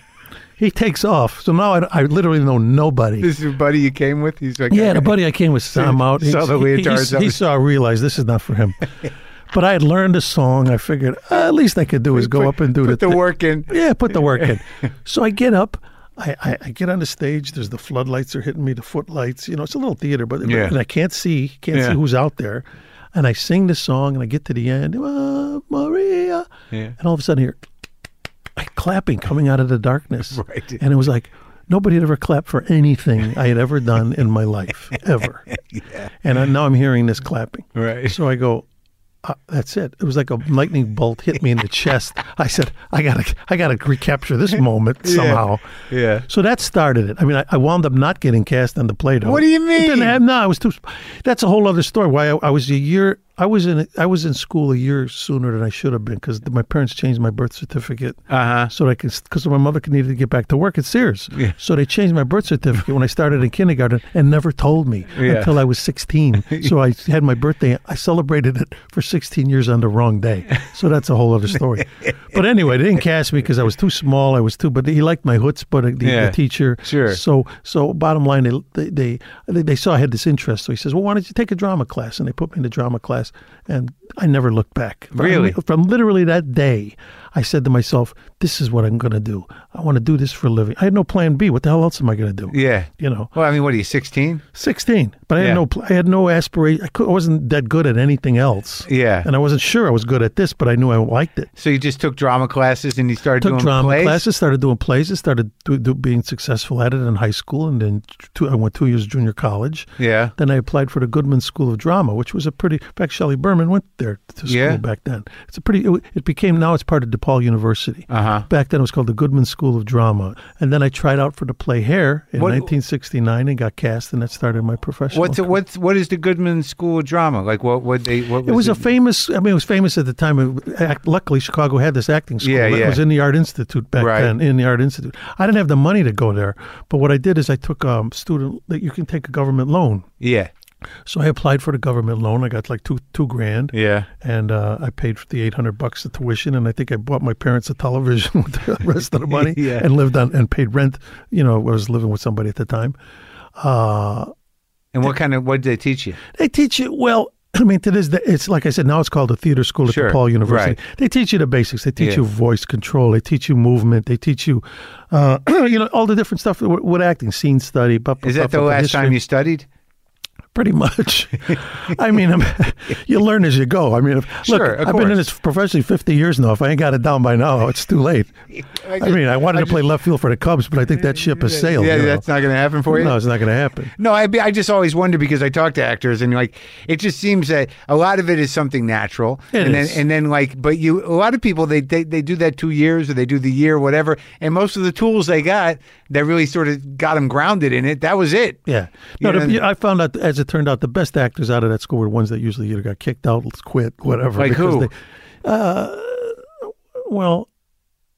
he takes off. So now I, I literally know nobody. This is your buddy you came with. He's like, Yeah, the buddy I came with Sam out. Saw the leotards He, up. he, he saw, realized this is not [laughs] for him. but I had learned a song. I figured uh, at least I could do is go up and do put the thi- work in. [laughs] Yeah, put the [laughs] work in. So I get up. I, I, I get on the stage. There's the floodlights are hitting me. The footlights. You know, it's a little theater, but Yeah. and I can't see. Can't Yeah. see who's out there. And I sing this song, and I get to the end, "Ah, Maria, Yeah. and all of a sudden I hear like clapping coming out of the darkness. [laughs] Right. And it was like nobody had ever clapped for anything I had ever done [laughs] in my life, ever. yeah. And I, now I'm hearing this clapping. Right. So I go, uh, that's it. It was like a lightning bolt hit me in the chest. I said, I gotta, I gotta [laughs] recapture this moment somehow. yeah. So that started it. I mean, I, I wound up not getting cast on the Play-Doh. What do you It didn't mean? have- no, I was too. That's a whole other story. Why I, I was a year, I was in, I was in school a year sooner than I should have been because my parents changed my birth certificate. Uh-huh. So that I could, because my mother needed to get back to work at Sears. Yeah. So they changed my birth certificate when I started in kindergarten and never told me Yeah. until I [laughs] was 16. so I had my birthday. I celebrated it for 16 years on the wrong day. So that's a whole other [laughs] story. but anyway, they didn't cast me because I was too small. I was too, but he liked my chutzpah, the, Yeah. the teacher. Sure. So, so bottom line, they, they they they- they saw I had this interest. So he says, "Well, why don't you take a drama class?" And they put me in a drama class, and I never looked back. From- Really? From literally that day, I said to myself, "This is what I'm going to do. I want to do this for a living." I had no plan B. What the hell else am I going to do? Yeah. You know, Well, I mean, what are you, 16? 16, but I had Yeah. no pl- I had no aspiration. I, cou- I wasn't that good at anything else. Yeah. And I wasn't sure I was good at this, but I knew I liked it. So you just took drama classes and you started Took doing drama plays? classes, started doing plays, I started do, do, being successful at it in high school, and then two, I went two years junior college. Yeah. Then I applied for the Goodman School of Drama, which was a pretty. In fact, Shelley Berman went there to school Yeah. back then. It's a pretty. It, w- it became now it's part of DePaul University. Uh-huh. Back then it was called the Goodman School of Drama, and then I tried out for the play Hair in What- 1969 and got cast, and that started my professional. What's career. what's what is the Goodman School of Drama like? What what they what was It was a famous. I mean, it was famous at the time. It- act- Luckily, Chicago had this acting school. Yeah, it yeah. was in the Art Institute back Right. then. In the Art Institute, I didn't have the money to go there, but what I did is I took um, student. That you can take a government loan. yeah So I applied for the government loan. I got like two two grand. yeah And uh, I paid for the eight hundred bucks of tuition, and I think I bought my parents a television [laughs] with the rest of the money, [laughs] Yeah. and lived on and paid rent. You know, I was living with somebody at the time. Uh, and what kind of what did they teach you? they teach you well. [clears throat] I mean, to this, day, it's like I said. Now it's called the theater school at Sure, DePaul University. right. They teach you the basics. They teach Yeah. you voice control. They teach you movement. They teach you, uh, [clears throat] you know, all the different stuff with, with acting, scene study. Blah, blah, Is that blah, the blah, last history. time you studied? [laughs] Pretty [laughs] much. I mean, I'm, [laughs] you learn as you go. I mean, if, Sure, look, of I've been in course. this professionally 50 years now. If I ain't got it down by now, it's too [laughs] late. I, mean, I wanted to play left field for the Cubs, but I think that ship has sailed. yeah, you know. that's not going to happen for you. no, it's not going to happen. No, I, I just always wonder because I talk to actors and like it just seems that a lot of it is something natural. It and is. then and then like but you a lot of people they, they they do that 2 years or they do the year whatever and most of the tools they got that really sort of got them grounded in it. That was it. Yeah. You know No, the- what I mean? I found out, as it turned out, the best actors out of that school were the ones that usually either got kicked out, quit, whatever. Like because who? They, uh, well,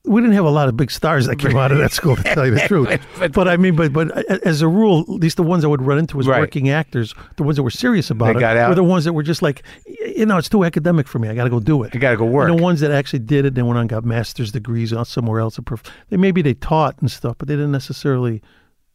we didn't have a lot of big stars that came out of [laughs] that school, to tell you the truth. but, I mean, but but as a rule, at least the ones I would run into as Right. working actors, the ones that were serious about They it, got out. were the ones that were just like, you know, it's too academic for me. I got to go do it. I gotta go And work. the ones that actually did it, then went on and got master's degrees out somewhere else. and prof- They maybe they taught and stuff, but they didn't necessarily.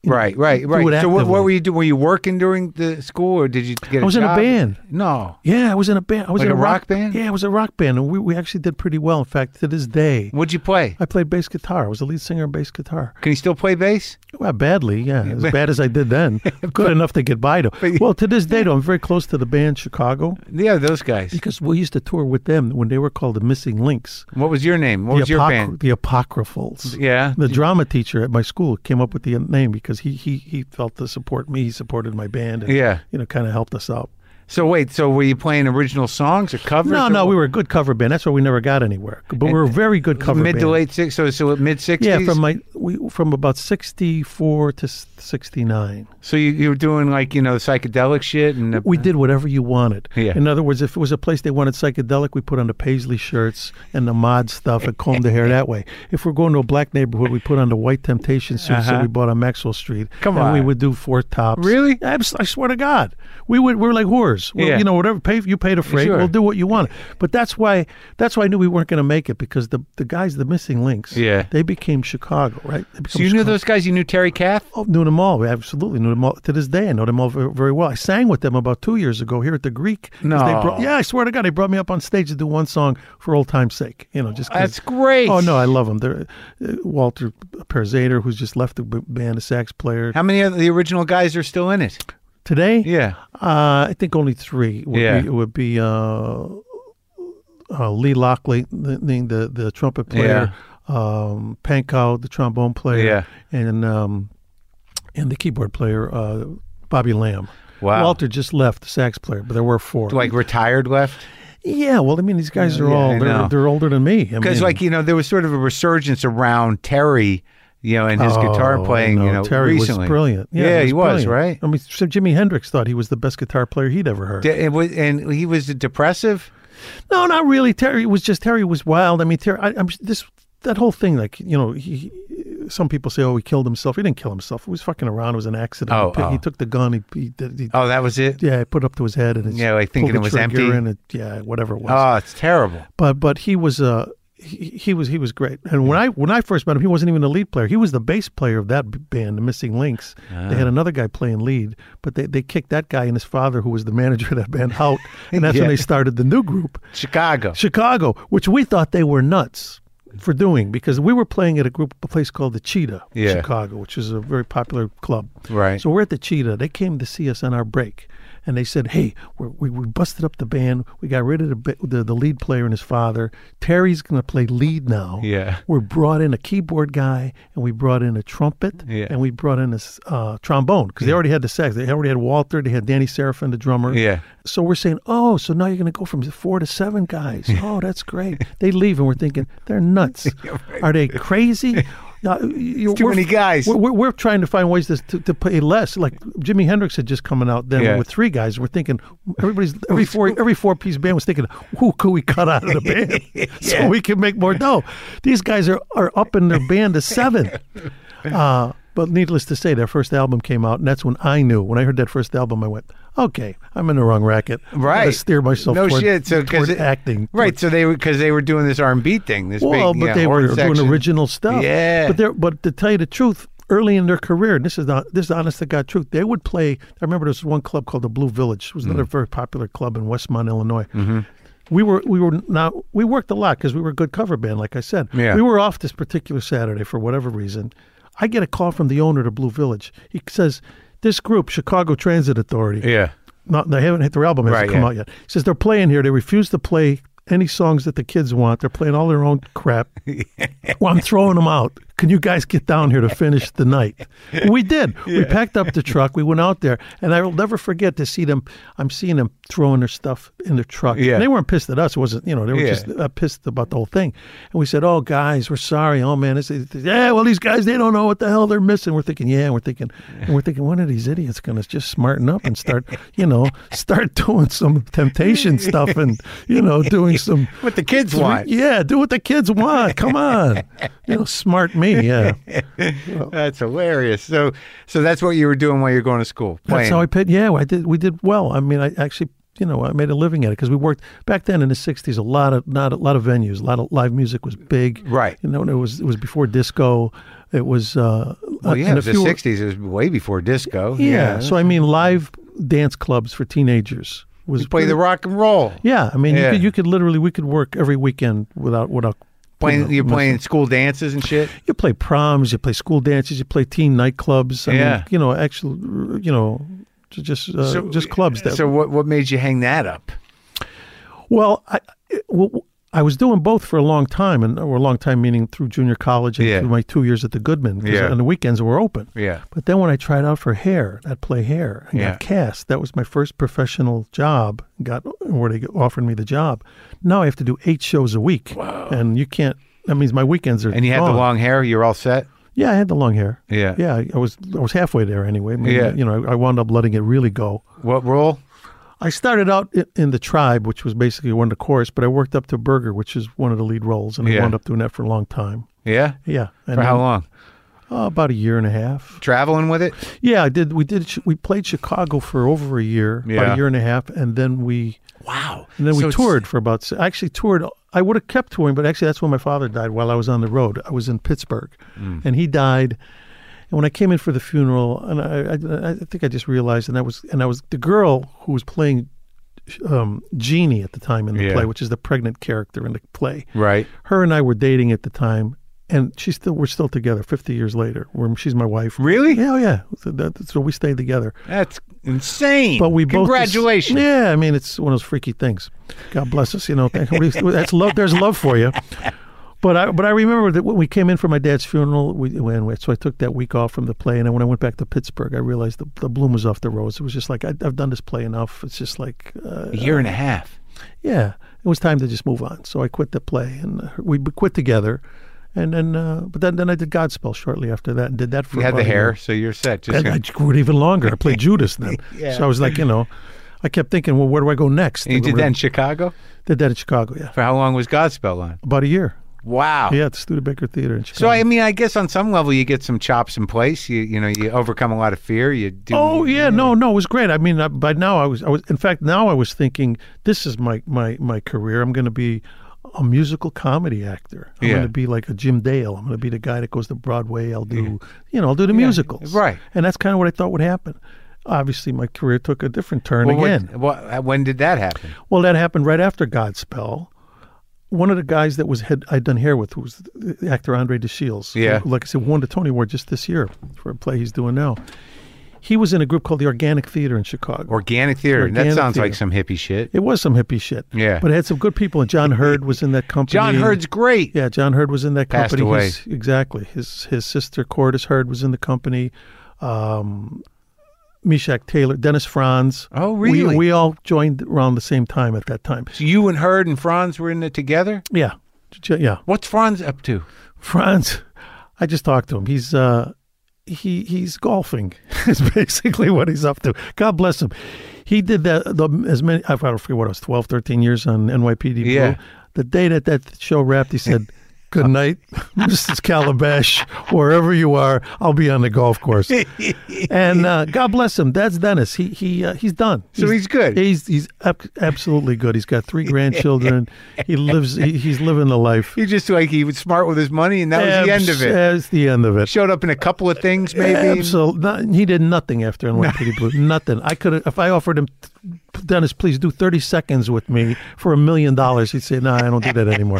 you know, Right, right, do right. it So what, actively. what were you doing? Were you working during the school or did you get a I was in a job? band. No. Yeah, I was in a band. I was Like in a rock band? Yeah, I was a rock band, and we, we actually did pretty well. In fact, to this day, What'd you play? I played bass guitar. I was the lead singer and bass guitar. Can you still play bass? Well, badly, yeah, [laughs] as bad as I did then. Good enough to get by though. Well, to this day though, I'm very close to the band Chicago Yeah, those guys. because we used to tour with them when they were called the Missing Links. What was your name? What The, was your Apocry- band? the Apocryphals. Yeah. The drama teacher at my school came up with the name because he he, he felt to support me. He supported my band. And, Yeah. You know, kind of helped us out. So wait, so were you playing original songs or covers? No, or no, what? we were a good cover band. That's why we never got anywhere. But we were a very good cover mid band. to late six. So so mid sixties. Yeah, from uh, my we from about sixty four to sixty nine. so you, you were doing like you know psychedelic shit and the, We did whatever you wanted. Yeah. In other words, if it was a place they wanted psychedelic, we put on the paisley shirts and the mod stuff and combed the hair that way. If we're going to a black neighborhood, we put on the white temptation suits that we bought on Maxwell Street. Uh-huh. Come and we on. would do four tops. Really? Abs- I swear to God, we would. We were like whores. We'll- Yeah. You know, whatever pay you pay the freight, Sure. we'll do what you want. But that's why that's why I knew we weren't going to make it because the the guys, the missing links. Yeah. They became Chicago, right? They so become you knew Chicago. those guys. You knew Terry Kath. Oh, knew them all. We absolutely knew them all. To this day, I know them all very, very well. I sang with them about two years ago here at the Greek. 'Cause they No. brought- yeah, I swear to God, they brought me up on stage to do one song for old time's sake. You know, just 'cause- That's great. Oh no, I love them. They're, uh, Walter Perzader, who's just left the b- band, a sax player. How many of the original guys are still in it? Today, Yeah. uh, I think only three. Would Yeah. be, it would be uh, uh, Lee Lockley, the the, the, the trumpet player, um, Pankow, the trombone player, Yeah. and um, and the keyboard player, uh, Bobby Lamb. Wow. Walter just left, the sax player, but there were four. Like retired left. Yeah, well, I mean, these guys are yeah, I all know. they're, they're older than me. I Because mean, like you know, there was sort of a resurgence around Terry, you know, and his guitar oh, playing. no, you know, Terry recently. was brilliant. Yeah, Yeah, he was, brilliant. right? I mean, so Jimi Hendrix thought he was the best guitar player he'd ever heard. D- it was- and he was depressive. No, not really. Terry was just Terry was wild. I mean, Terry, I, I'm this that whole thing. Like you know, he, some people say, "Oh, he killed himself." He didn't kill himself. He was fucking around. It was an accident. Oh, he, picked- oh. he took the gun. He, he, did- he Oh, that was it. yeah, he put it up to his head and it's Yeah, like thinking pulled the it was trigger empty? And it, yeah, whatever it was. Oh, it's terrible. but but he was uh he, he was he was great. And when I when I first met him, he wasn't even the lead player. He was the bass player of that b- band, the Missing Links. They Ah. had another guy playing lead, but they, they kicked that guy and his father, who was the manager of that band, [laughs] out. And that's Yeah. when they started the new group, Chicago. Chicago, which we thought they were nuts for doing because we were playing at a group a place called the Cheetah, in Yeah. Chicago, which is a very popular club. Right. So we're at the Cheetah. They came to see us on our break, and they said, "Hey, we're, we we busted up the band. We got rid of the ba- the, the lead player and his father. Terry's going to play lead now. Yeah. We brought in a keyboard guy, and we brought in a trumpet, Yeah. and we brought in a s- uh, trombone because they already had the sax. They already had Walter. They had Danny Seraphin, the drummer. Yeah. So we're saying, oh, so now you're going to go from four to seven guys. Oh, that's great. They leave, and we're thinking [laughs] they're nuts. Are they crazy? No, you- too we're- many guys. We're, we're, we're trying to find ways to, to to pay less. Like Jimi Hendrix had just coming out then Yeah. with three guys. We're thinking everybody's every four every four piece band was thinking, who could we cut out of the [laughs] band so we can make more dough? These guys are are upping their band [laughs] to seven. Uh, but needless to say, their first album came out, and that's when I knew. When I heard that first album, I went, "Okay, I'm in the wrong racket. I'm gonna Right. steer myself. No toward, shit. So toward because acting. Right. So they were because they were doing this R and B thing. This Well, big, but yeah, they horn were section. doing original stuff. Yeah. But they're but to tell you the truth, early in their career, and this is not this is honest to God truth, they would play I remember there was one club called the Blue Village, it was Mm. another very popular club in Westmont, Illinois. Mm-hmm. We were we were not we worked a lot because we were a good cover band, like I said. Yeah. We were off this particular Saturday for whatever reason. I get a call from the owner of the Blue Village. He says, This group, Chicago Transit Authority, Yeah. not they haven't hit their album hasn't Right, come yeah. out yet. He says they're playing here. They refuse to play any songs that the kids want. They're playing all their own [laughs] crap. well, I'm throwing them out. Can you guys get down here to finish [laughs] the night? We did. We packed up the truck. We went out there, and I'll never forget to see them. I'm seeing them throwing their stuff in their truck. Yeah. And they weren't pissed at us. It wasn't you know they were Yeah. just uh, pissed about the whole thing. And we said, "Oh, guys, we're sorry. Oh man, this is, yeah. Well, these guys they don't know what the hell they're missing." We're thinking, yeah, and [laughs] we're thinking, and we're thinking, when are these idiots going to just smarten up and start, you know, start [laughs] doing some temptation stuff and you know doing some [laughs] What the kids want. Yeah, do what the kids want. Come on, you know, smart me. Yeah, [laughs] That's hilarious. So so that's what you were doing while you were going to school. Playing. that's how I uh, paid. Yeah, I did. We did well. I mean, I actually. You know, I made a living at it because we worked back then in the '60s. A lot of not a lot of venues, a lot of live music was big. Right. You know, and it was it was before disco. It was. Uh, well, yeah, and it was if the you were- '60s. It was way before disco. Yeah. So I mean, live dance clubs for teenagers was you play the rock and roll. Yeah, I mean, Yeah. You, could, you could literally we could work every weekend without without Playing, know, you're playing school dances and shit. You play proms, you play school dances, you play teen nightclubs. I Yeah. mean, you know, actually, you know, ju- just uh, just clubs. That So what what made you hang that up? Well, I, it- well, I was doing both for a long time, and or a long time meaning through junior college and Yeah. through my two years at the Goodman. 'cause Yeah. On the weekends were open. Yeah. But then when I tried out for hair, I'd play hair and Yeah. got cast. That was my first professional job. Got where they offered me the job. Now I have to do eight shows a week, and you can't. That means my weekends are. And you had the gone. long hair. You're all set. Yeah, I had the long hair. Yeah. Yeah, I- I was I was halfway there anyway. I mean, Yeah. You know, I, I wound up letting it really go. What role? I started out i- in the tribe, which was basically one of the chorus, but I worked up to Burger, which is one of the lead roles, and Yeah. I wound up doing that for a long time. Yeah. Yeah, and For how then, long? Oh, about a year and a half. Traveling with it. Yeah, I did. We did. We played Chicago for over a year, about Yeah. a year and a half, and then we Wow. and then So we it's- toured for about. s- I actually toured. I would have kept touring, but actually, that's when my father died. While I was on the road, I was in Pittsburgh, Mm. and he died. And when I came in for the funeral, and I, I, I think I just realized, and I was, and I was the girl who was playing um, Jeannie at the time in the Yeah. play, which is the pregnant character in the play. Right. Her and I were dating at the time, and she's still we're still together. Fifty years later, we're, she's my wife. Really? Yeah, oh, yeah. So, that, so we stayed together. That's insane. But we both congratulations. yeah, I mean it's one of those freaky things. God bless us, you know. thank- we- That's love. There's love for you. But I but I remember that when we came in for my dad's funeral, we when we- so I took that week off from the play, and then when I went back to Pittsburgh, I realized the, the bloom was off the rose. It was just like I, I've done this play enough. It's just like uh, A year and a half. yeah. it was time to just move on. So I quit the play, and uh, we b- quit together. And then, uh, but then, then I did Godspell shortly after that, and did that for. You had about the a year. hair, so you're set. Just And I grew it even longer. I [laughs] played Judas then, so I was like, you know, I kept thinking, well, where do I go next? you did that in Chicago. Did that in Chicago, yeah, For how long was Godspell on? about a year. Wow. Yeah, at the Studebaker Theater in Chicago. So I mean, I guess on some level you get some chops in place. You you know you overcome a lot of fear. You do. Oh yeah, no, no, it was great. I mean, I, by now I was, I was. In fact, now I was thinking, this is my my my career. I'm going to be a musical comedy actor. I'm Yeah. going to be like a Jim Dale. I'm going to be the guy that goes to Broadway. I'll do, you know, I'll do the musicals. right. And that's kind of what I thought would happen. Obviously, my career took a different turn Well, what- again. what- uh, when did that happen? Well, that happened right after Godspell. One of the guys that was had I'd done hair with who was the actor Andre DeShields. Yeah. who, like I said, won the Tony Award just this year for a play he's doing now. He was in a group called the Organic Theater in Chicago. Organic theater. that Organic sounds like theater. some hippie shit. it was some hippie shit. Yeah. But it had some good people, and John Hurd was in that company. John Hurd's great. Yeah, John Hurd was in that Passed company. away. His, exactly. His his sister Cordis Hurd was in the company. Um, Meshach Taylor, Dennis Franz. Oh, We- really? We, all joined around the same time at that time. So you and Hurd and Franz were in it together. Yeah, J- yeah. What's Franz up to? Franz, I just talked to him. He's uh, he he's golfing. [laughs] is basically what he's up to. God bless him. He did that the, as many. I don't forget what it was 12, 13 years on NYPD Blue. Yeah. The day that that show wrapped, he said. [laughs] Good night, Mrs. Calabash, wherever you are. I'll be on the golf course, and uh, God bless him. That's Dennis. He he uh, he's done. So he's good. He's he's ab- absolutely good. He's got [laughs] three grandchildren. he lives. He, he's living the life. He just like he was smart with his money, and that was the end of it. That's the end of it. Showed up in a couple of things, maybe. Absolutely. he did nothing after NYPD Blue. Nothing. I could have, if I offered him, Dennis, please do 30 seconds with me for a million dollars, he'd say, no, I don't do that anymore.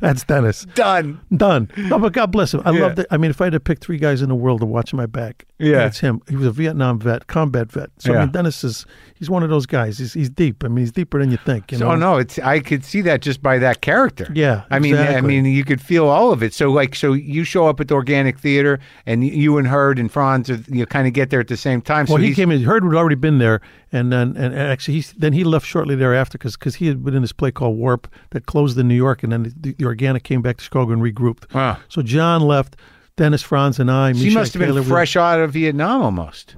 That's Dennis. Done. Done. No, but God bless him. I Yeah. love that. I mean, if I had to pick three guys in the world to watch my back, Yeah. it's him. He was a Vietnam vet, combat vet. So I Yeah. mean, Dennis is, he's one of those guys. He's, he's deep. I mean, he's deeper than you think. You know? Oh no, it's I could see that just by that character. Yeah, I mean, I exactly. mean, you could feel all of it. So like, so you show up at the Organic Theater, and y- you and Hurd and Franz, are, you kind of get there at the same time. So Well, he he's- came in. Heard had already been there, and then and, and actually, he then he left shortly thereafter because he had been in this play called Warp that closed in New York, and then the, the organic came back to Chicago and regrouped. Wow. So John left. Dennis Franz and I. She Meshach must have been Taylor, we- fresh out of Vietnam almost.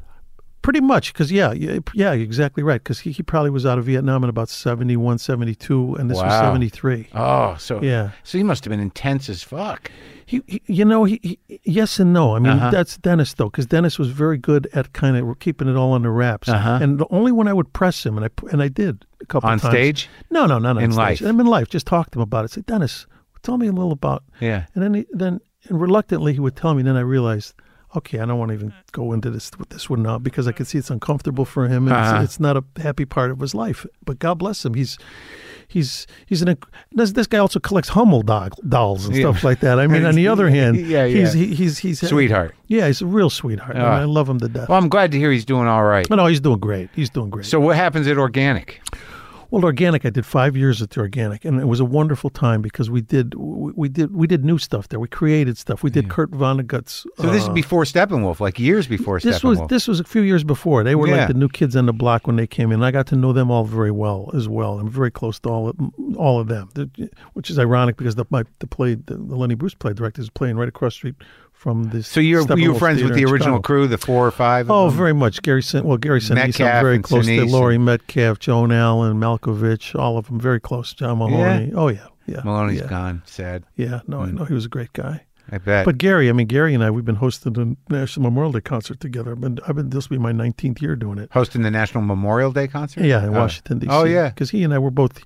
pretty much, because yeah, yeah, yeah, exactly right. Because he, he probably was out of Vietnam in about 71, 72, and this was Wow. seventy three. Oh, so Yeah. so he must have been intense as fuck. He, he, you know, he, he, yes and no. I mean, Uh-huh. that's Dennis though, because Dennis was very good at kind of keeping it all under wraps. And the only when I would press him, and I and I did a couple Uh-huh. On times. stage? No, no, not on In life? stage. I'm in life. Just talk to him about it. Say, Dennis, tell me a little about. Yeah. And then he, then and reluctantly he would tell me. And then I realized, okay, I don't want to even go into this with this one now because I can see it's uncomfortable for him. And Uh-huh. it's, it's not a happy part of his life. But God bless him. He's he's he's an inc- this, this guy also collects Hummel dog, dolls and stuff like that. [laughs] I mean, on the other hand, Yeah, he's yeah. he, he's he's Sweetheart. Uh-huh. Yeah, he's a real sweetheart. and I love him to death. Well, I'm glad to hear he's doing all right. But no, he's doing great. He's doing great. So what happens at Organic? Well, organic. I did five years at the organic, and it was a wonderful time because we did we, we did we did new stuff there. We created stuff. We did Kurt Vonnegut's. So this is before Steppenwolf, like years before Uh, this was Steppenwolf. this was a few years before. They were Yeah. like the new kids on the block when they came in. I got to know them all very well as well. I'm very close to all of, all of them, The- which is ironic because the my, the play the, the Lenny Bruce play director is playing right across the street from this. so you're you were Steppenwolf friends with Theater the in original Chicago. crew, the four or five. of Oh, them? very much. Gary Sin- well, Gary Sinise, Metcalf I'm very and close to Sinise Laurie Metcalf, Joan Allen, Malkovich, all of them. Very close. John Mahoney. Oh yeah, yeah. Maloney's yeah. gone. Mm. Sad. Yeah, no, I know he was a great guy. I bet. But Gary, I mean Gary and I, we've been hosting a National Memorial Day concert together. I've been, I've been. This will be my 19th year doing it. hosting the National Memorial Day concert. Yeah, in Oh. Washington D.C. Oh yeah. because he and I were both.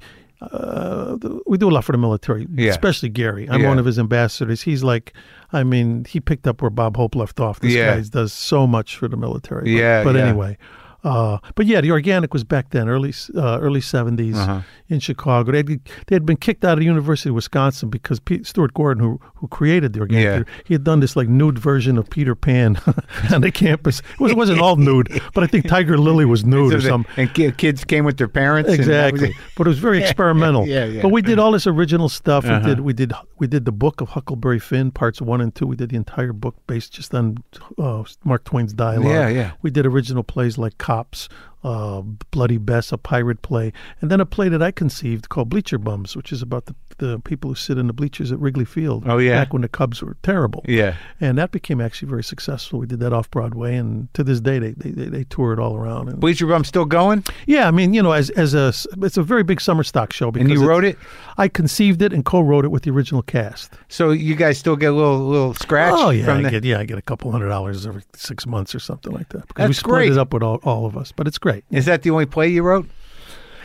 Uh, th- we do a lot for the military, Yeah. especially Gary. I'm Yeah. one of his ambassadors. He's like, I mean, he picked up where Bob Hope left off. This Yeah. guy does so much for the military. But- Yeah, but, yeah. anyway. Uh, but yeah, the organic was back then, early s- uh, early 70s Uh-huh. in Chicago. They had, they had been kicked out of the University of Wisconsin because Pete, Stuart Gordon, who who created the organic, Yeah. theater, he had done this like nude version of Peter Pan [laughs] on the campus. It, was, it wasn't all nude, but I think Tiger Lily was nude So or the- something. And ki- kids came with their parents. and that was Exactly, it. but it was very experimental. [laughs] Yeah, yeah. Uh-huh. But we did all this original stuff. We did, we did, we did the book of Huckleberry Finn, parts one and two. We did the entire book based just on uh, Mark Twain's dialogue. Yeah, yeah. We did original plays like Cops, uh, Bloody Bess, a pirate play, and then a play that I conceived called Bleacher Bums, which is about the, the people who sit in the bleachers at Wrigley Field. Oh, yeah. back when the Cubs were terrible. Yeah. and that became actually very successful. We did that off Broadway, and to this day they they, they, they tour it all around. And, Bleacher Bump's still going? yeah, I mean, you know, as as a it's a very big summer stock show. Because you it's- wrote it? I conceived it and co-wrote it with the original cast. So you guys still get a little little scratch? Oh yeah, from I the- get yeah, I get a couple hundred dollars every six months or something like that. Because we That's split great. it up with all, all of us, but it's great. Is that the only play you wrote?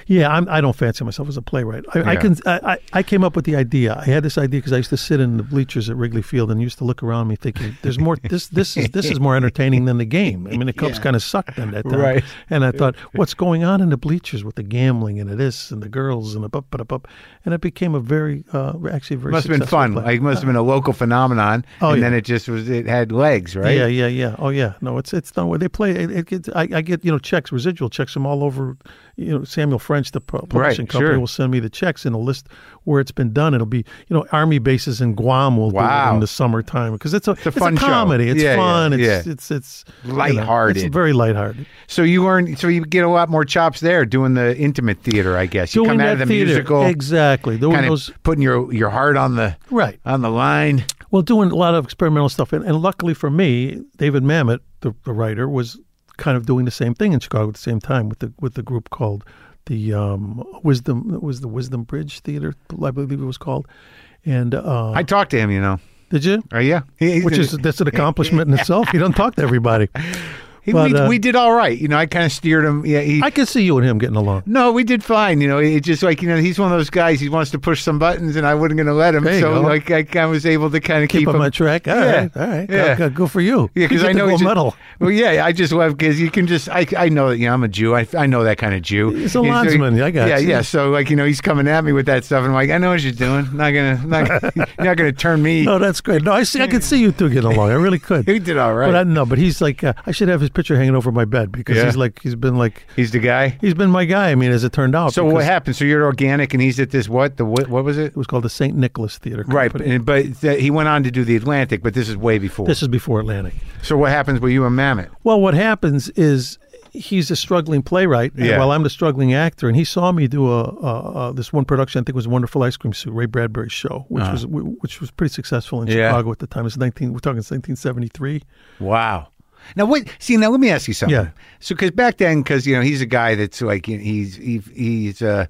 Yeah, I'm, I don't fancy myself as a playwright. I, I Yeah. can. I, I- I came up with the idea. I had this idea because I used to sit in the bleachers at Wrigley Field and used to look around me thinking, [laughs] "There's more. This this is this is more entertaining than the game." I mean, the Cubs kind of sucked then that time. Right. And I thought, what's going on in the bleachers with the gambling and the this and the girls and the bup, bup, bup, and it became a very uh, actually very Must have been successful fun. play. Like must have been a local phenomenon. Oh, and yeah. then it just was it had legs, right? Yeah, yeah, yeah. Oh, yeah. No, it's it's done. They play. It, it gets. I, I get you know checks, residual checks from all over. You know, Samuel French, the pu- publishing company, sure. will send me the checks and a list where it's been done. It'll be you know army bases in Guam will do it Wow. in the summertime because it's a it's a, fun show. comedy. It's Yeah, yeah, fun. it's, yeah. it's it's you know, Lighthearted. it's very lighthearted. So you learn so you get a lot more chops there doing the intimate theater, I guess. You come out of the theater musical exactly. Doing kind those of putting your your heart on the right. on the line. Well, doing a lot of experimental stuff, and, and luckily for me, David Mamet, the, the writer, was kind of doing the same thing in Chicago at the same time with the with the group called the um, Wisdom. It was the Wisdom Bridge Theater, I believe it was called. And uh, I talked to him, you know. did you? Oh yeah. Which is that's an accomplishment [laughs] in itself. You don't talk to everybody. He- But, we, uh, we did all right. You know, I kind of steered him. Yeah, he, I could see you and him getting along. no, we did fine. You know, it just like you know, he's one of those guys. He wants to push some buttons, and I wasn't going to let him. There you So go. like I, I was able to kind of keep, Keep on him my track. All Yeah. right, all right. Yeah. Good, good for you. Yeah, You because get I the know gold it's just- medal. Well, yeah, I just love because you can just I I know that you know I'm a Jew. I, I know that kind of Jew. He's a You know, linesman. I got yeah, you. yeah. So like you know he's coming at me with that stuff, and I'm like I know what you're doing. Not gonna not [laughs] gonna- you're not gonna turn me. No, that's great. No, I see. I could see you two getting along. I [laughs] really could. He did all right. But I no, but he's like uh, I should have his picture hanging over my bed because Yeah. he's like he's been like he's the guy. he's been my guy. I mean, as it turned out. So what because happened? So you're organic, and he's at this what the what, what was it? It was called the St. Nicholas Theater. Right, Company. and, but th- he went on to do the Atlantic, but this is way before. This is before Atlantic. so what happens with you and Mamet? Well, what happens is he's a struggling playwright, Yeah. while I'm the struggling actor, and he saw me do a, a, a this one production. I think it was Wonderful Ice Cream Suit, Ray Bradbury's show, which was which was pretty successful in Uh-huh. Yeah. Chicago at the time. It's nineteen. We're talking 1973. Wow. Now what? See, now let me ask you something. Yeah. So, because back then, because you know he's a guy that's like you know, he's he, he's uh,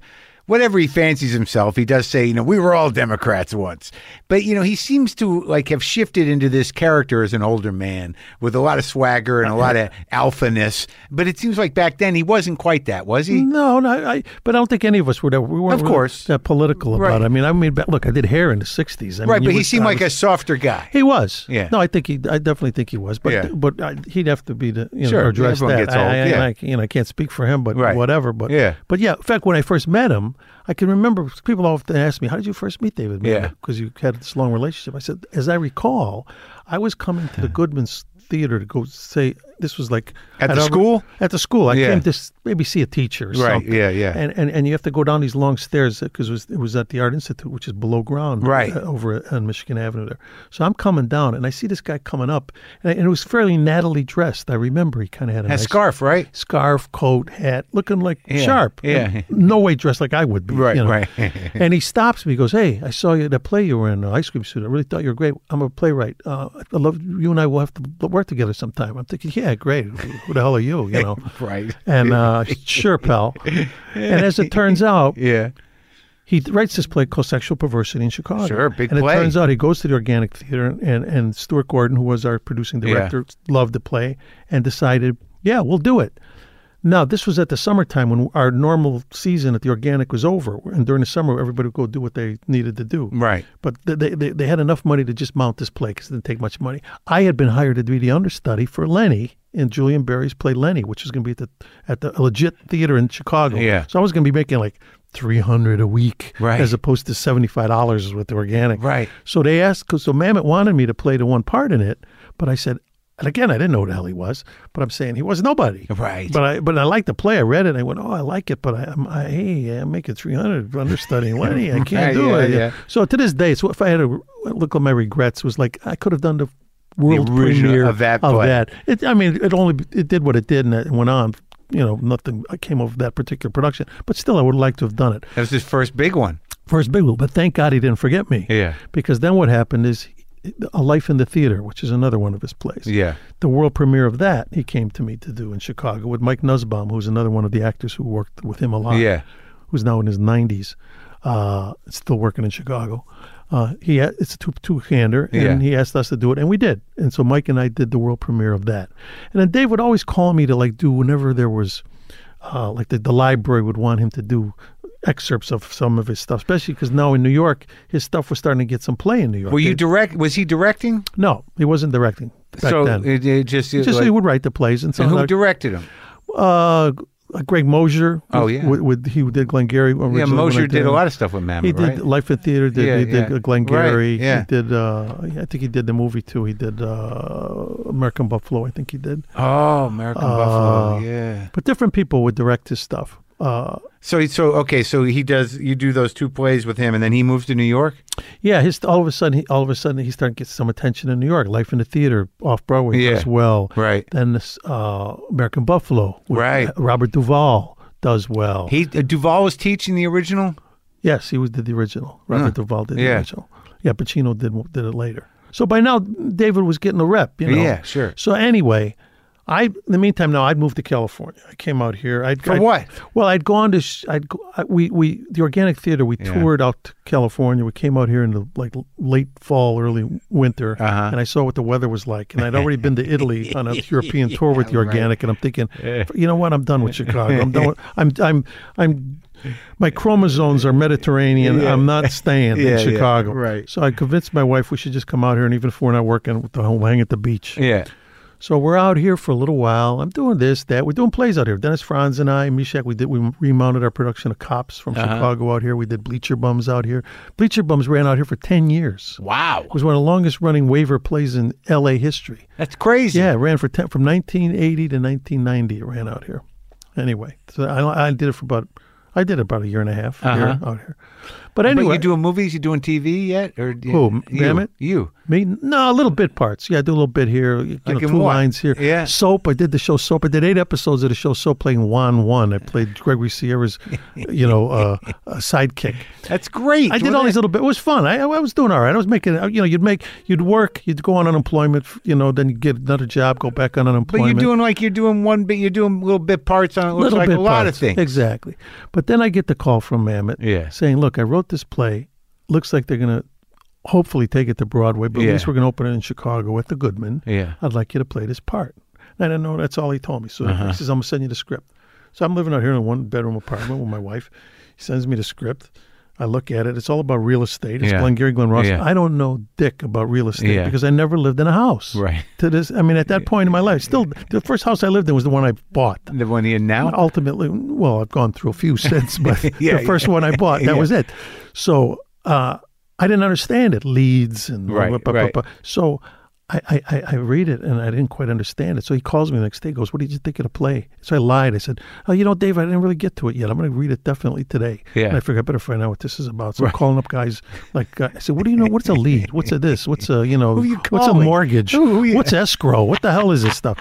whatever he fancies himself. He does say you know we were all Democrats once, but you know he seems to like have shifted into this character as an older man with a lot of swagger and a [laughs] lot of alphaness. But it seems like back then he wasn't quite that, was he? No, no, I. But I don't think any of us were that. We weren't Of really course. that political about. Right. it. I mean, I mean, but look, I did hair in the '60s. I mean, right, you but he would- seemed I like a was- softer guy. He was. Yeah. No, I think he. I definitely think he was. But Yeah. but I, he'd have to be the you know Sure, address everyone that. gets I, old, I- and yeah. I, you know, I can't speak for him, but Right. whatever. But Yeah. But yeah. In fact, when I first met him, I can remember people often ask me, "How did you first meet David?" Yeah. Because you had this long relationship. I said, as I recall, I was coming to the Goodman's Theater to go say this was like At the I'd alre- school? At the school, I Yeah. came to s- maybe see a teacher. Or Right, Something. yeah, yeah. And and and you have to go down these long stairs because it was, it was at the Art Institute, which is below ground, Right. uh, over on Michigan Avenue there. So I'm coming down, and I see this guy coming up, and, I, and it was fairly nattily dressed. I remember he kind of had a A nice scarf, right? scarf, coat, hat, looking like Yeah, sharp. yeah. And No way dressed like I would be. Right, you know. right. [laughs] and he stops me. He goes, "Hey, I saw you at that play you were in, uh, Ice Cream Suit. I really thought you were great. I'm a playwright. Uh, I love you, and I will have to work together sometime." I'm thinking, "Yeah, great. Who the hell are you?" [laughs] You know. Right. And [laughs] uh, sure, pal. And as it turns out, Yeah. he writes this play called Sexual Perversity in Chicago. Sure, big and play. it turns out he goes to the Organic Theater, and, and Stuart Gordon, who was our producing director, loved the play and decided, yeah, we'll do it. Now, this was at the summertime when our normal season at the Organic was over. And during the summer, everybody would go do what they needed to do. Right. But th- they, they, they had enough money to just mount this play because it didn't take much money. I had been hired to be the understudy for Lenny in Julian Barry's play Lenny, which was going to be at the at the legit theater in Chicago. Yeah. So I was going to be making like three hundred a week, Right. as opposed to seventy five dollars with the organic. Right. So they asked, 'cause- so Mamet wanted me to play the one part in it, but I said. And again, I didn't know who the hell he was, but I'm saying he was nobody. Right. But I but I liked the play. I read it. and I went, oh, I like it. But I, I'm, I hey, I'm making 300 [laughs] understudying Lenny. I can't Right, do yeah, it. yeah. So to this day, so if I had to look at my regrets, was like I could have done the world original premiere of that play. It, I mean, it only it did what it did, and it went on you know, nothing I came over that particular production, but still, I would like to have done it That was his first big one. first big one. But thank God he didn't forget me. Yeah. Because then what happened is, A Life in the Theater, which is another one of his plays. Yeah. The world premiere of that, he came to me to do in Chicago with Mike Nussbaum, who's another one of the actors who worked with him a lot. Yeah. Who's now in his 90s, uh, still working in Chicago. Uh, he had, it's a two two hander, and Yeah. he asked us to do it, and we did. And so Mike and I did the world premiere of that. And then Dave would always call me to like do whenever there was uh, like the, the library would want him to do excerpts of some of his stuff, especially because now in New York, his stuff was starting to get some play in New York. Were you They- direct? Was he directing? no, he wasn't directing back so then. It, it just, it just like- he would write the plays and so and who like, directed him? uh, Greg Mosier. Oh, was- yeah. with, with- he did Glengarry. Yeah, Mosher did a lot of stuff with Mammoth, He did right? Life in Theater. Did, Yeah, he did yeah. Glengarry. Right, yeah. He did. Uh, I think he did the movie too. He did uh, American Buffalo. I think he did. oh, American Uh, Buffalo. Yeah. But different people would direct his stuff. Uh, So so okay, so he does you do those two plays with him and then he moves to New York? Yeah, his all of a sudden, he, all of a sudden, he started to get some attention in New York. Life in the Theater, off Broadway Yeah, does well. right. Then this uh, American Buffalo, with Right. Robert Duvall does well. He uh, Duvall was teaching the original. yes, he was did the original. Robert Huh. Duvall did Yeah. the original. Yeah, Pacino did did it later. So by now, David was getting a rep. You know. Yeah, sure. So anyway, I in the meantime now I'd moved to California. I came out here. I'd, For I'd- what? Well, I'd gone to sh- I'd go, I, we we the organic theater. We toured out to California. We came out here in the like late fall, early winter, Uh-huh. and I saw what the weather was like. And I'd already been to [laughs] Italy on a European tour with the organic, and I'm thinking, you know what? I'm done with Chicago. I'm done. With, [laughs] I'm I'm I'm. My chromosomes are Mediterranean. I'm not staying Yeah, in yeah, Chicago. right. So I convinced my wife we should just come out here, and even if we're not working, we'll hang at the beach. Yeah. So we're out here for a little while. I'm doing this, that. We're doing plays out here. Dennis Franz and I, Mishak, we did. We remounted our production of Cops from Uh-huh. Chicago out here. We did Bleacher Bums out here. Bleacher Bums ran out here for ten years. Wow. It was one of the longest running waiver plays in L.A. history. That's crazy. Yeah, it ran for 10, from 1980 to 1990. It ran out here. Anyway, so I, I did it for about. I did it about a year and a half here, out here. But Uh-huh. But anyway, you doing movies? You doing TV yet? Or do you- Who, you, Mamet? You. Me? No, little bit parts. Yeah, I do a little bit here. You know, Like in two what? lines here. Yeah. Soap. I did the show Soap. I did eight episodes of the show Soap playing Juan One. I played Gregory Sierra's, [laughs] you know, uh, uh, sidekick. That's great. I did Well, all these that- little bit. It was fun. I, I was doing all right. I was making, you know, you'd make, you'd work, you'd go on unemployment, you know, then you'd get another job, go back But on you're unemployment. doing like you're doing one bit. You're doing little bit parts on it. Looks little like bit a lot parts. of things. Exactly. But then I get the call from Mamet Yeah. saying, Look, I wrote this play. Looks like they're going to hopefully take it to Broadway, but Yeah. at least we're going to open it in Chicago at the Goodman. Yeah. I'd like you to play this part. And I didn't know that's all he told me. So Uh-huh. he says, I'm going to send you the script. So I'm living out here in a one bedroom apartment with my wife. He sends me the script. I look at it. It's all about real estate. It's Yeah. Glengarry Glen Ross. Yeah. I don't know dick about real estate Yeah. because I never lived in a house. Right. To this, I mean, at that point in my life, still, the first house I lived in was the one I bought. The one you now. Ultimately, well, I've gone through [laughs] a few since, but Yeah, the first one I bought, that was it. So uh, I didn't understand it. Leads and Right, right. so I, I- I, I read it and I didn't quite understand it. So he calls me the next day, goes, What did you think of the play? So I lied. I said, Oh, you know, Dave, I didn't really get to it yet. I'm going to read it definitely today. Yeah. And I figured I better find out what this is about. So I'm calling up guys like, uh, I said, What do you know? What's a lead? What's a this? What's a, you [laughs] know, you what's a calling? mortgage? Who- who you- What's escrow? What the hell is this stuff?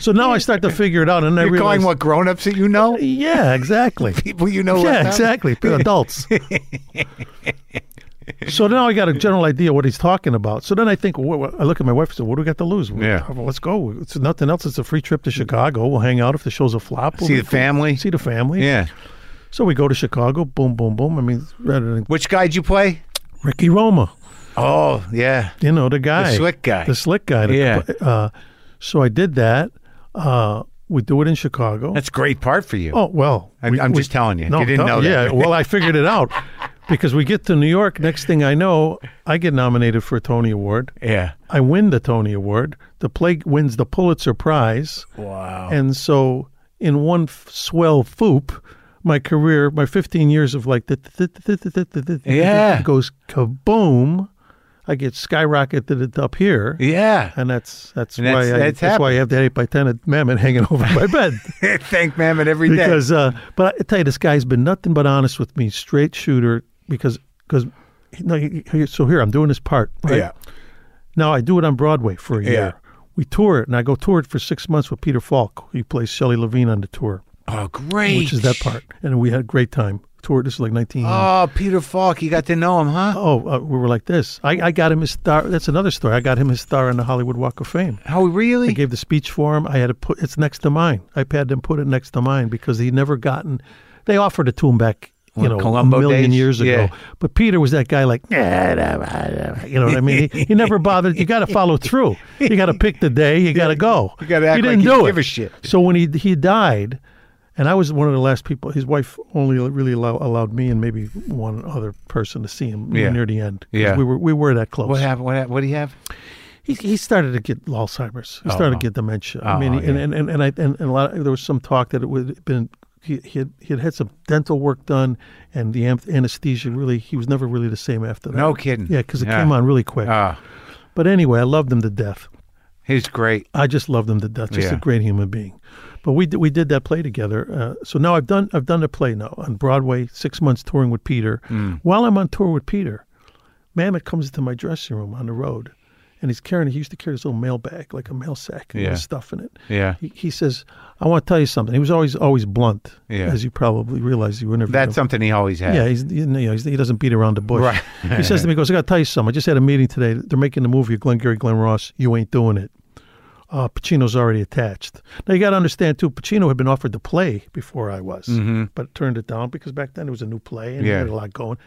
So now I start to figure it out, and I You're realize calling what grown ups that you know? yeah, [laughs] exactly. People you know yeah, left out? exactly. Adults. so now I got a general idea what he's talking about. So then I think, wh- wh- I look at my wife and say, "What do we got to lose? We- Yeah. well, let's go. It's nothing else. It's a free trip to Chicago. We'll hang out if the show's a flop. We'll See the family? See the family. Yeah. So we go to Chicago. Boom, boom, boom. I mean, rather than Which guy'd you play? Ricky Roma, Oh, yeah. you know the guy, slick guy. the slick guy. the- Yeah. Uh, so I did that. Uh, we do it in Chicago. That's a great part for you. Oh well, I'm- I'm just telling you. No, You didn't no, know that. Yeah, well, I figured it [laughs] out because we get to New York. Next thing I know, I get nominated for a Tony Award. Yeah. I win the Tony Award. The play wins the Pulitzer Prize. Wow! And so, in one f- swell foop, my career, my 15 years of like, th- th- th- th- th- th- th- th- Yeah. goes kaboom. I get skyrocketed it up here. Yeah. And that's that's And why that's- I, that's why I have that eight by ten at Mammon hanging [laughs] over my bed [laughs] Thank Mamet every day. because uh, but I tell you, this guy's been nothing but honest with me, straight shooter. Because because no, he- he- so here I'm doing this part. Right? Yeah. Now I do it on Broadway for a year. we tour it, and I go tour it for six months with Peter Falk. He plays Shelley Levine on the tour, Oh, great. which is that part. And we had a great time. Toured this is like 19. Oh, Peter Falk, you got to know him, huh? oh, uh, we were like this. I, I got him his star. That's another story. I got him his star on the Hollywood Walk of Fame. Oh, I really? gave the speech for him. I had to put it's next to mine. I had them put it next to mine because he never gotten. They offered it to him back, you Well, know, Columbo a million days? years ago. Yeah. But Peter was that guy, like, "Nah, nah, nah, nah," you know what I mean? He, he never bothered. You got to follow through. You got to pick the day. You got to go. You gotta act He like didn't you do it. give a shit. So when he he died, and I was one of the last people. His wife only really allow, allowed me and maybe one other person to see him Yeah. near the end. 'Cause Yeah. we were we were that close What happened? What, hap- what do you have? he, he started to get Alzheimer's. He started to get dementia. I mean, Oh, he- and, and, and, and I and, and a lot of, there was some talk that it would have been he, he had he had had some dental work done, and the am- anesthesia really he was never really the same after that. No kidding. Yeah, because it Yeah. came on really quick. Ah, but anyway, I loved him to death. he's great. I just loved him to death. Just Yeah. a great human being. But we did, we did that play together. Uh, so now I've done I've done a play now on Broadway. Six months touring with Peter. Mm. While I'm on tour with Peter, Mamet comes into my dressing room on the road, and he's carrying. He used to carry his little mail bag, like a mail sack, and he Yeah. has stuff in it. Yeah. He, he says, "I want to tell you something." He was always always blunt, Yeah. as you probably realize. You were never That's something he always had. yeah, he's, you know, he's, he doesn't beat around the bush. Right. he says to me, he goes, I got to tell you something. I just had a meeting today. They're making the movie of Glengarry Glen Ross. You ain't doing it. Uh, Pacino's already attached. Now, you got to understand, too, Pacino had been offered to play before I was, but turned it down because back then it was a new play and Mm-hmm. he Yeah. had a lot going.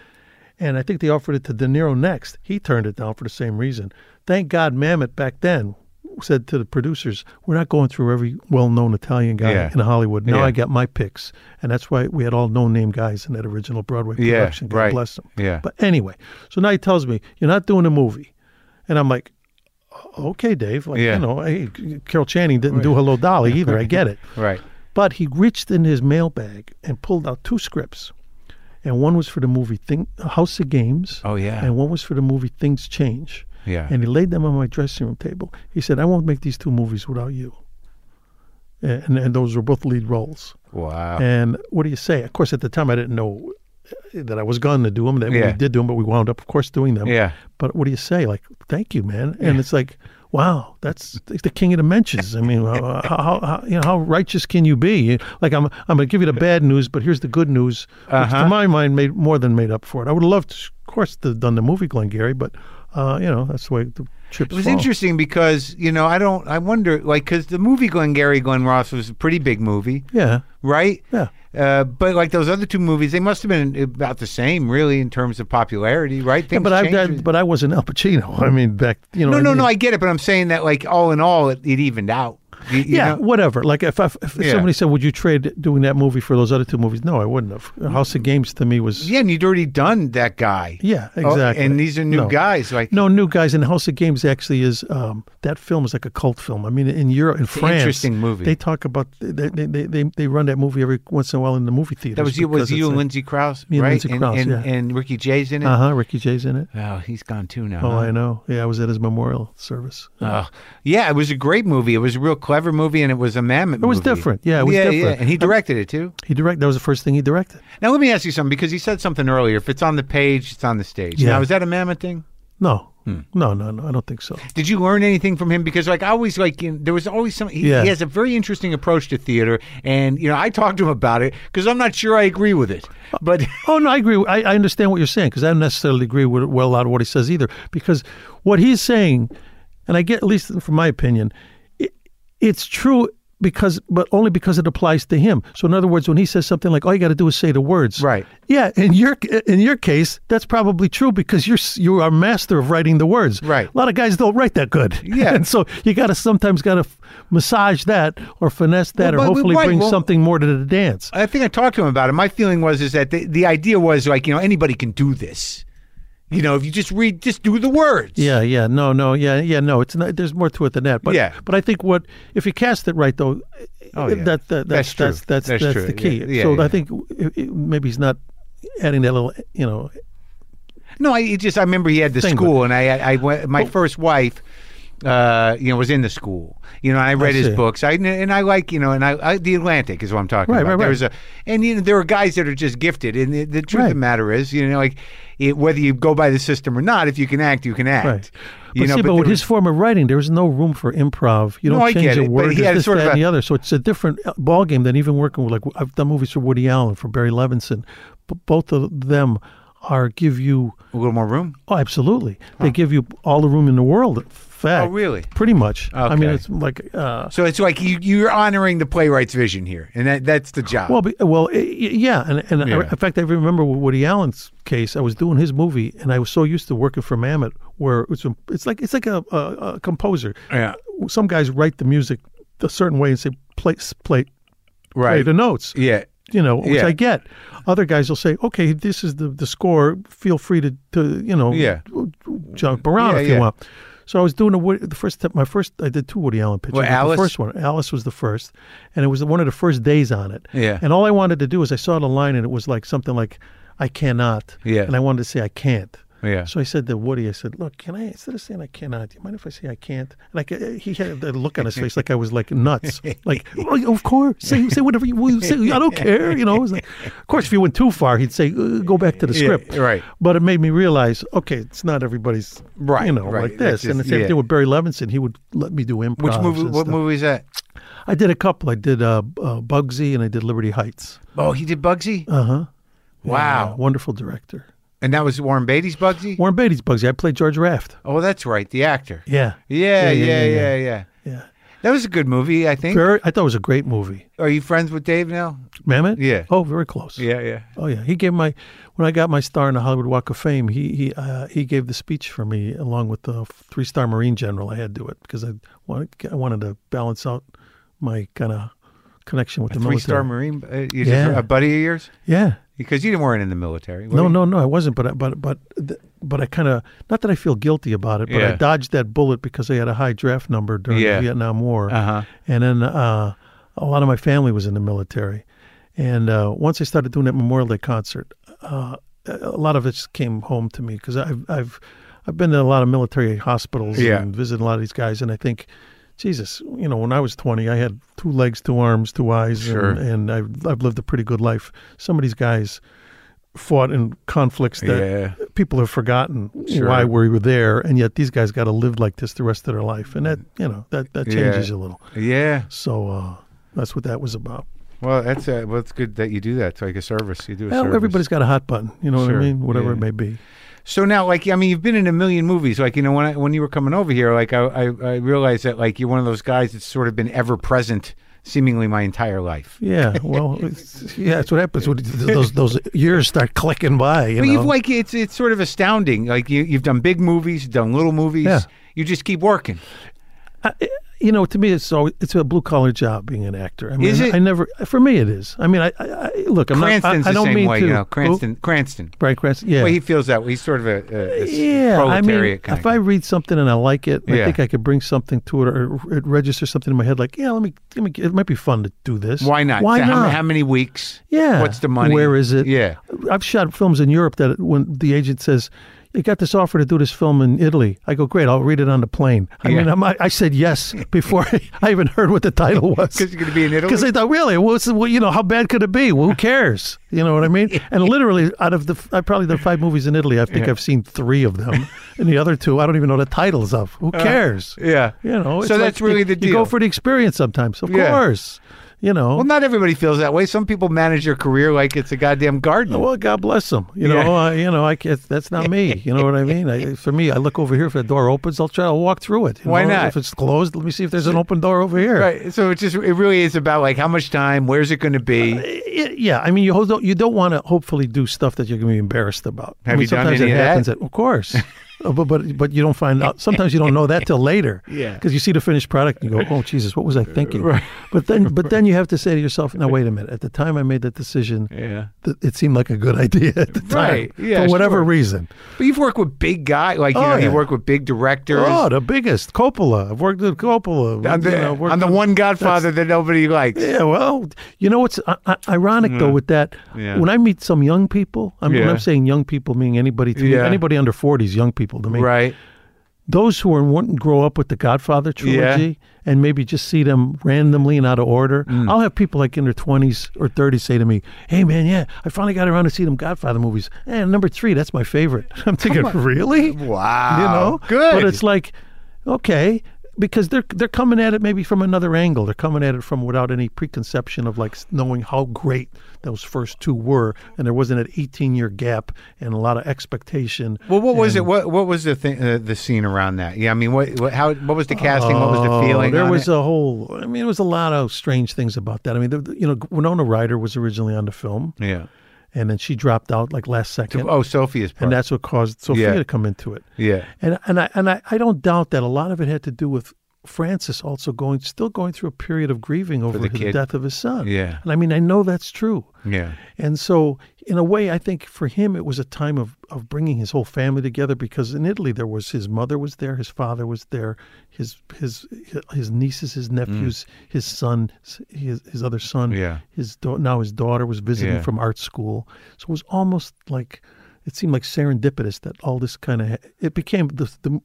And I think they offered it to De Niro next. He turned it down for the same reason. Thank God Mamet back then said to the producers, We're not going through every well known Italian guy Yeah. in Hollywood. Now Yeah. I got my picks. And that's why we had all no name guys in that original Broadway Yeah, production. God right. bless them. Yeah. But anyway, so now he tells me, You're not doing a movie. And I'm like, Okay, Dave. Like, Yeah. you know, hey, Carol Channing didn't do Hello Dolly either. I get it. [laughs] Right. But he reached in his mailbag and pulled out two scripts. And one was for the movie Thing House of Games. Oh, yeah. And one was for the movie Things Change. Yeah. And he laid them on my dressing room table. He said, I won't make these two movies without you. And and those were both lead roles. Wow. And what do you say? Of course, at the time I didn't know uh, that I was going to do them. That Yeah. we did do them, but we wound up, of course, doing them. Yeah. But what do you say? Like, thank you, man. And it's like, wow, that's it's the king of dimensions. I mean, how, how, how you know how righteous can you be? You- Like, I'm I'm going to give you the bad news, but here's the good news, which Uh-huh. to my mind made more than made up for it. I would have loved, to, of course, to have done the movie Glengarry, but uh, you know that's the way the chips. It was fall. interesting because you know I don't I wonder like because the movie Glengarry Glen Ross was a pretty big movie, Yeah, right? Yeah. Uh, but like those other two movies, they must have been about the same, really, in terms of popularity, right? Things but I, I changed. but I wasn't Al Pacino. I mean, back you know. no, what I no, mean? no. I get it, but I'm saying that like all in all, it, it evened out. You- you yeah, know? whatever. Like if, I, if Yeah. somebody said, "Would you trade doing that movie for those other two movies?" No, I wouldn't have. House of Games to me was Yeah, and you'd already done that guy. yeah, Oh, exactly. and these are new No. guys. Like No, new guys. And House of Games actually is um, that film is like a cult film. I mean, in Europe, in an France, interesting movie. They talk about they they, they they they run that movie every once in a while in the movie theater. that was you was you and Lindsay Krause, Me and right? Lindsay Krause, and, yeah. and Ricky Jay's in it. Uh huh. Ricky Jay's in it. Oh, he's gone too now. Oh, huh? I know. Yeah, I was at his memorial service. Uh, yeah, it was a great movie. It was a real clever movie, and it was a mammoth. It was different. Yeah, it was yeah, different. Yeah. And he directed it too. He direct. That was the first thing he directed. Now let me ask you something because you said something earlier. If it's on the page, it's on the stage. Yeah. Now is that a mammoth thing? No, no, no, no. I don't think so. Did you learn anything from him? Because like I always like in, there was always some. He, Yeah. he has a very interesting approach to theater, and you know I talked to him about it because I'm not sure I agree with it. But [laughs] Oh no, I agree. I, I understand what you're saying because I don't necessarily agree with well a lot of what he says either. Because what he's saying, and I get at least from my opinion, it, it's true because but only because it applies to him. So in other words, when he says something like, "All you got to do is say the words," Right. Yeah, in your in your case, that's probably true because you're s- you are a master of writing the words. Right. A lot of guys don't write that good. Yeah. [laughs] and so you got to sometimes got to massage that or finesse that Well, but or we- hopefully right, bring well- something more to the dance. I think I talked to him about it. My feeling was is that the, the idea was like you know anybody can do this. You know if you just read, just do the words. Yeah, yeah, no, no, yeah, yeah, no. It's not. There's more to it than that. But Yeah. but I think what if you cast it right though, Oh, yeah. that, that That's that's true. that's that's That's that's, true. the key. Yeah, yeah, so yeah. I think it- it- maybe he's not adding that little, you know, No, I it just I remember he had the Thing, school, and I I went. My first wife uh, you know, was in the school. You know, I read his see. books. I and I like, you know, and I, I the Atlantic is what I'm talking Right, about. right, There right. was a, and you know, there are guys that are just gifted. And the, the truth of the Right. matter is, you know, like it, whether you go by the system or not, if you can act, you can act. Right. But You know, see, but, there with was- his form of writing, there was no room for improv. You No, don't I change get a it, but word, he there's had this, sort that, of and a- the other. So it's a different uh, ball game than even working with like I've done movies for Woody Allen, for Barry Levinson. B- both of them are give you a little more room. oh, absolutely. They give you all the room in the world. in Fact, Oh, really? Pretty much. I mean, Okay. it's like uh, So it's like you, you're honoring the playwright's vision here, and that, that's the job. Well, be, well, i- i- yeah, and and Yeah. I, in fact, I remember with Woody Allen's case. I was doing his movie, and I was so used to working for Mamet, where it's a- it's like it's like a, a, a composer. Yeah. some guys write the music a certain way and say play s- play play right? the notes. yeah. You know, which Yeah. I get. Other guys will say, "Okay, this is the the score. Feel free to, to you know, Yeah. jump around Yeah, if yeah. you want." So I was doing a, Woody- the first step. My first, I did two Woody Allen pictures. Well, but Alice- The first one, Alice was the first, and it was one of the first days on it. Yeah. And all I wanted to do is I saw the line, and it was like something like, "I cannot." Yeah. And I wanted to say, "I can't." Yeah. So I said to Woody, I said, "Look, can I instead of saying I cannot, do you mind if I say I can't?" And I, ca- he had that look on his face like I was like [laughs] nuts, like "Oh, of course, say say whatever you will, say. I don't care, you know. It was like, of course, if you went too far, he'd say uh, go back to the script, right. But it made me realize, okay, it's not everybody's, Right, You know, right. like That's this. and the just- same yeah. thing with Barry Levinson. He would let me do improv. Which movie? And What stuff. movie is that? I did a couple. I did uh, uh, Bugsy and I did Liberty Heights. Oh, he did Bugsy. Uh huh. wow. wonderful director. And that was Warren Beatty's Bugsy. Warren Beatty's Bugsy. I played George Raft. Oh, that's right, the actor. Yeah. Yeah, yeah, yeah, yeah. yeah, yeah. That was a good movie, I think. Very, I thought it was a great movie. Are you friends with Dave now? Mamet? Yeah. Oh, very close. Yeah, yeah. Oh yeah. He gave my when I got my star in the Hollywood Walk of Fame. He he uh, he gave the speech for me along with the three star Marine general. I had to do it because I wanted I wanted to balance out my kind of connection with the Three military. star Marine, uh, you just- Yeah. a buddy of yours, Yeah. because you didn't weren't in the military. were No, you? no, no. I wasn't, but I, but but th- but I kind of not that I feel guilty about it, but Yeah. I dodged that bullet because I had a high draft number during Yeah. the Vietnam War, Uh-huh. and then uh, a lot of my family was in the military, and uh, once I started doing that Memorial Day concert, uh, a lot of it just came home to me because I've I've I've been to a lot of military hospitals Yeah. and visited a lot of these guys, and I think. Jesus, you know, when I was 20, I had two legs, two arms, two eyes, Sure. and, and I've, I've lived a pretty good life. Some of these guys, fought in conflicts that Yeah. people have forgotten Sure. why we were there, and yet these guys got to live like this the rest of their life, and that you know that that Yeah. changes you a little. Yeah. So uh, that's what that was about. Well, that's uh, well, it's good that you do that. It's like a service. You do a Well, service. everybody's got a hot button, you know Sure. what I mean? Whatever Yeah. it may be. So now, like, I mean, you've been in a million movies. Like, you know, when I, when you were coming over here, like, I, I I realized that like you're one of those guys that's sort of been ever present, seemingly my entire life. [laughs] Yeah, well, it's, yeah, that's what happens when those those years start clicking by. You But know, you've like it's it's sort of astounding. Like you you've done big movies, done little movies. Yeah. You just keep working. eh, you know, to me, it's always, it's a blue collar job being an actor. I mean, Is it? I never, for me, it is. I mean, I, I, I look, I'm Cranston's not, I, I the don't same mean way, to. you know. Who? Cranston, Cranston. Brian Cranston. Yeah, Well, he feels that way. He's sort of a, uh, a, a yeah, I mean, proletariat kind if I read something and I like it, and Yeah. I think I could bring something to it, or it registers something in my head, like, yeah, let me, let me, it might be fun to do this. Why not? Why So how- not? How, many weeks? yeah. What's the money? Where is it? Yeah. I've shot films in Europe that when the agent says, "You got this offer to do this film in Italy," I go, "Great, I'll read it on the plane." I Yeah. mean, I'm, I, I said yes before [laughs] I even heard what the title was. 'Cause you're gonna be in Italy? Because I thought, really, what's well, you know, how bad could it be? Well, who cares? You know what I [laughs] mean? And literally, out of the, I probably the five movies in Italy, I think I've seen three of [laughs] them, and the other two, I don't even know the titles of. Who cares? Uh, yeah. You know. So it's that's like really you, the You deal. go for the experience sometimes, of Yeah. course. You know. Well, not everybody feels that way. Some people manage their career like it's a goddamn garden. Well, God bless them. You know, Yeah. I, you know, I can't, that's not me. You know what I mean? I, for me, I look over here. If the door opens, I'll try to walk through it. you Why know? not? If it's closed, let me see if there's an open door over here. Right. So it just it really is about like how much time, where's it going to be? Uh, Y- Yeah, I mean, you hold, you don't want to hopefully do stuff that you're going to be embarrassed about. I Have mean, you done sometimes any it of that? happens. of course, Uh, but but but you don't find out. Sometimes you don't know that till later. [laughs] Yeah. because you see the finished product and you go, oh Jesus, what was I thinking? [laughs] But then but then you have to say to yourself, now wait a minute. At the time I made that decision, Yeah. th- it seemed like a good idea at the time, Right. Yeah, for whatever sure. reason. But you've worked with big guys, like you Oh, know, you yeah. work with big directors. Oh, the biggest Coppola. I've worked with Coppola. I'm the, You know, worked I'm the with- one Godfather that nobody likes. Yeah, well, you know what's I- I- ironic though with that? Mm. Yeah. When I meet some young people, I'm, Yeah. when I'm saying young people, meaning anybody to me, Yeah. anybody under 40 is young people to me. Right. those who are, wouldn't grow up with the Godfather trilogy and maybe just see them randomly and out of order, Mm. I'll have people like in their 20s or 30s say to me, Hey, man, yeah, I finally got around to see them Godfather movies. And number three, that's my favorite. [laughs] I'm thinking, [laughs] Really? Wow. You know? Good. But it's like, okay. Because they're they're coming at it maybe from another angle. They're coming at it from without any preconception of like s- knowing how great those first two were, and there wasn't an eighteen year gap and a lot of expectation. Well, what was it? What what was the thing? Uh, the scene around that? Yeah, I mean, what, what how what was the casting? what was Oh, the feeling? There on was it? a whole. I mean, it was a lot of strange things about that. I mean, the, the- you know, Winona Ryder was originally on the film, yeah. and then she dropped out like last second, Oh, Sophia's part. and that's what caused Sophia Yeah. to come into it. yeah. And and I and I, I don't doubt that a lot of it had to do with Francis also going still going through a period of grieving over the the, kid. death of his son. Yeah. And I mean I know that's true. Yeah. And so in a way I think for him it was a time of of bringing his whole family together because in Italy there was his mother was there, his father was there, his his his nieces, Mm. his nephews, his son, his his other son, Yeah. his da- now his daughter was visiting Yeah. from art school. So it was almost like it seemed like serendipitous that all this kind of it became the, the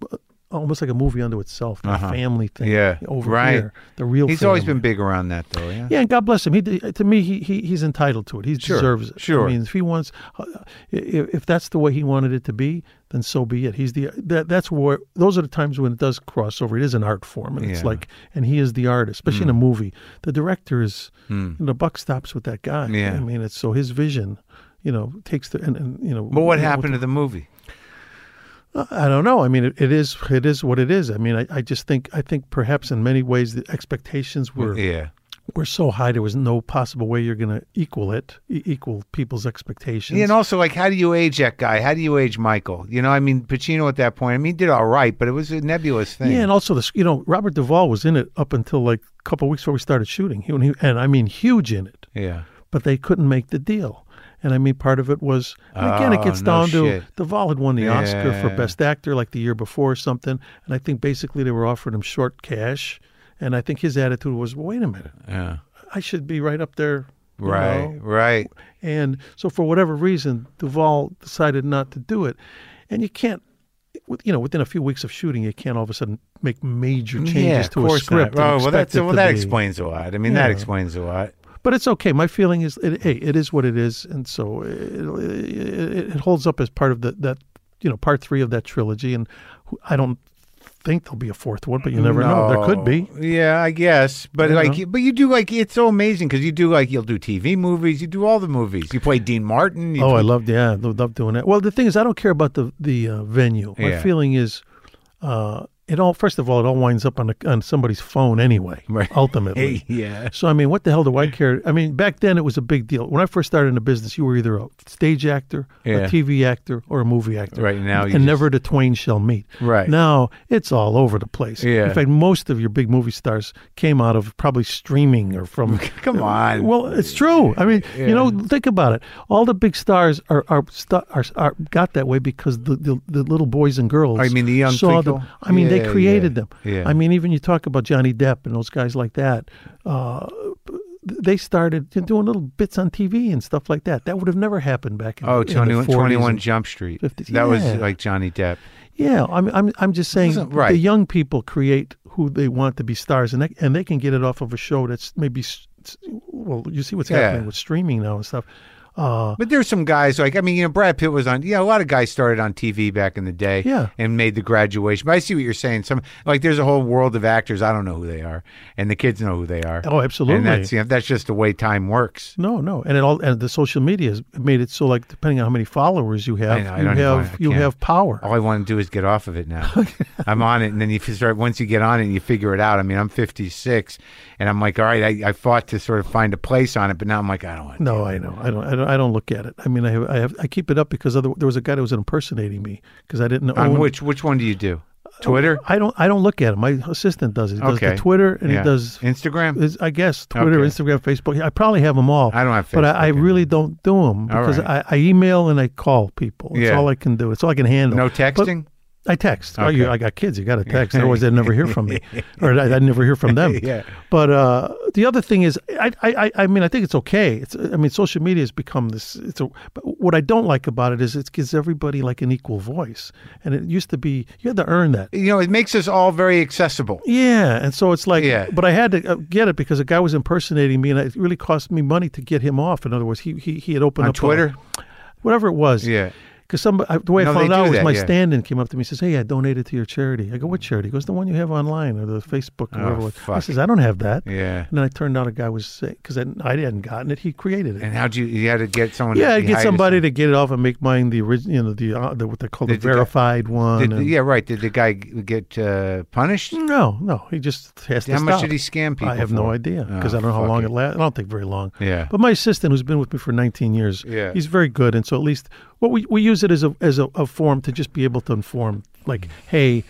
almost like a movie unto itself, the family thing. Uh-huh. Yeah, over right. here, the real. He's always family. been big around that though. Yeah. Yeah, and God bless him. He did- to me, he, he he's entitled to it. He deserves it. sure. I mean, if he wants, uh, if, if that's the way he wanted it to be, then so be it. He's the that that's where those are the times when it does cross over. It is an art form, and it's Yeah. Hmm. like, and he is the artist, especially in a movie. The director is, you know, the buck stops with that guy. Yeah. I mean, it's so his vision, you know, takes the and, and you know. But what you know, happened to the movie? I don't know. I mean, it, it is it is what it is. I mean, I, I just think I think perhaps in many ways the expectations were Yeah. were so high there was no possible way you're going to equal it, e- equal people's expectations. And also, like, how do you age that guy? How do you age Michael? You know, I mean, Pacino at that point. I mean, he did all right, but it was a nebulous thing. yeah, and also this, you know, Robert Duvall was in it up until like a couple weeks before we started shooting. He, and he and I mean, huge in it, yeah. but they couldn't make the deal. And I mean, part of it was, and again, Oh, it gets no down shit. to Duvall had won the Oscar for Yeah. Best Actor like the year before or something, and I think basically they were offering him short cash, and I think his attitude was, well, wait a minute, Yeah. I should be right up there, you Right. know, Right. And so, for whatever reason, Duvall decided not to do it. And you can't, with- you know, within a few weeks of shooting, you can't all of a sudden make major changes yeah, of to a course script. Not. and Oh, well, expect that's, it well, to that be- explains a lot. I mean, that Yeah. explains a lot. But it's okay. My feeling is, it, hey, it is what it is, and so it, it, it holds up as part of the that you know part three of that trilogy. And who- I don't think there'll be a fourth one, but you never know. There could be. Yeah, I guess. But You like, know. but you do like it's so amazing because you do like you'll do TV movies. You do all the movies. You play Dean Martin. You Oh, I play- loved yeah, I love doing that. Well, the thing is, I don't care about the the uh, venue. My Yeah. feeling is, uh, it all. First of all, it all winds up on the, on somebody's phone anyway. [laughs] Right. Ultimately. [laughs] yeah. So I mean, what the hell do I care? I mean, back then it was a big deal. When I first started in the business, you were either a stage actor, Yeah. a TV actor, or a movie actor. Right, now and you just- never the twain shall meet. Right. now, it's all over the place. Yeah. In fact, most of your big movie stars came out of probably streaming or [laughs] from. Come on. Well, it's true. I mean, you know, think about it. All the big stars are are sta- are, are got that way because the, the, the little boys and girls. Oh, you mean the young saw people? them. I mean, Yeah, they created yeah, them. yeah. I mean, even you talk about Johnny Depp and those guys like that. Uh, they started doing little bits on TV and stuff like that. That would have never happened back in Oh, in the 21, 40s 21 and- Jump Street. 50s. That was Yeah. like Johnny Depp. yeah, I'm I'm I'm just saying Isn't- right. the young people create who they want to be stars, and they, and they can get it off of a show that's maybe s- s- well, you see what's Yeah. happening with streaming now and stuff. Uh, But there's some guys like I mean, you know, Brad Pitt was on. Yeah, a lot of guys started on TV back in the day. Yeah. and made the graduation. But I see what you're saying. Some like there's a whole world of actors. I don't know who they are, and the kids know who they are. Oh, absolutely. And that's you know, that's just the way time works. No, no, and it all and the social media has made it so like depending on how many followers you have, I know, I you don't even wanna- I have you can't. Oh. have power. All I want to do is get off of it [laughs] now. I'm on it, and then you start once you get on it, you figure it out. I mean, I'm 56, and I'm like, all right, I, I fought to sort of find a place on it, but now I'm like, I don't want. to. No, I know. I don't. I don't. I don't look at it. I mean, I have. I, have, I keep it up because other, there was a guy that was impersonating me because I didn't. Um, own- which which one do you do? Twitter. I don't. I don't look at it. My assistant does it. He Okay. does the Twitter and Yeah. he does. Instagram. Is, I guess Twitter, Okay. Instagram, Facebook. I probably have them all. I don't have but I, I Facebook really don't do them All because right. I, I email and I call people. It's Yeah. all I can do. It's all I can handle. No But texting. I text. Oh, you, I got kids. You got [laughs] to text. Otherwise, they'd never hear from me, or I'd, I'd never hear from them. Yeah. But uh, the other thing is, I, I, I- I mean, I think it's okay. It's, I mean, social media has become this. It's a. But what I don't like about it is it gives everybody like an equal voice, and it used to be you had to earn that. You know, it makes us all very accessible. Yeah, and so it's like, Yeah. but I had to uh, get it because a guy was impersonating me, and it really cost me money to get him off. In other words, he he, he had opened On up a- Twitter? whatever it was. Yeah. Because some I- the way No, I they found do out was that, my yeah. stand-in came up to me and says, "Hey, I donated to your charity." I go, "What charity?" He goes, "The one you have online or the Facebook or whatever." it was." I Oh, fuck. says, "I don't have that." Yeah. And then I turned out a guy was sick because I, I hadn't gotten it. He created it. And how'd you, you had to get someone yeah, I'd you get hired somebody some- to get it off and make mine the original, you know, the, uh, the what they call the, Did the guy- verified one. Did, and- yeah, right. Did the guy g- get uh, punished? No, no, he just has to How much stop. did he scam people I have for? no idea because Oh, I don't know how fuck long it. it lasts. I don't think very long. Yeah. But my assistant, who's been with me for 19 years, Yeah. he's very good, and so at least what we we use it as a as a, a form to just be able to inform, like, hey.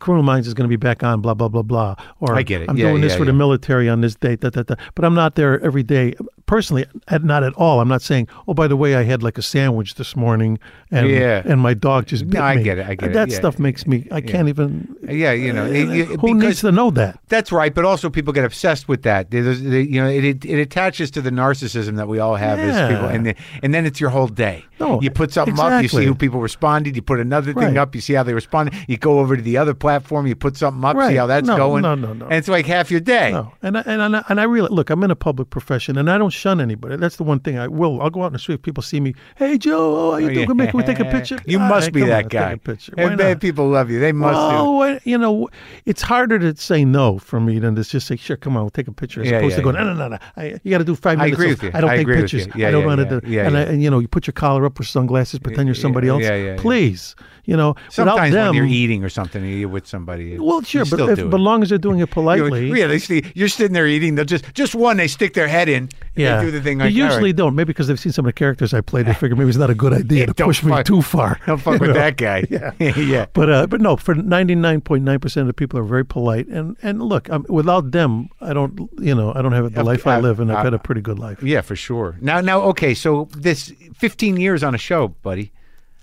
Criminal Minds is going to be back on, blah blah blah blah. Or I get it. I'm Yeah, doing this yeah, for the yeah. military on this date, da, da, da. but I'm not there every day personally. At, not at all. I'm not saying, oh, by the way, I had like a sandwich this morning, and Yeah. and my dog just bit No, I me. get it, I get it, That yeah. stuff makes me. I can't even. Yeah, you know, it- it- Uh, Who needs because- to know that? That's right, but also people get obsessed with that. There's, there- you know, it, it, it attaches to the narcissism that we all have as people, Yeah. and then, and then it's your whole day. No, you put something up, you see exactly. who people responded. You put another thing Right. up, you see how they responded. You go over to the other platform, you put something up, see Right. how that's No, going. no, no, no. And it's like half your day. No, and I, and I, and I realize. Look, I'm in a public profession, and I don't shun anybody. That's the one thing I will. I'll go out in the street. If people see me, hey Joe, oh, how you doing? Can we- can we take a picture? You All must right, be come that on, guy. Take a picture. And Why bad not? people love you. They must do. Oh, I- you know, it's harder to say no for me than to just say, "Sure, come on, we'll take a picture." As Yeah, opposed yeah, to going, yeah. "No, no, no, no, I, you got to do five I minutes." agree with of- you. I don't I take agree with pictures. you. Yeah, I don't yeah, want yeah. to. Do, Yeah, and, I, yeah. and you know, you put your collar up with sunglasses, pretend you're somebody yeah, else. yeah, yeah. Please, you know, without Sometimes them, when you're eating or something, you're with somebody. well, you sure, but still if, do but it. long as they're doing [laughs] it You're- politely. yeah, they see you're sitting there eating. They'll just just one. They stick their head in. Yeah, they do the thing. They Like, all right. usually don't. Maybe because they've seen some of the characters I played, [laughs] they figure maybe it's not a good idea to don't push me fuck- too far. Don't fuck [laughs] you with know? that guy. Yeah. yeah. But uh, but no, for ninety nine point nine percent of the people are very polite, and and look, um, without them, I don't you know I don't have the life I, I- live, and I've I- had a pretty good life. Yeah, for sure. Now now okay, so this 15 years on a show, buddy.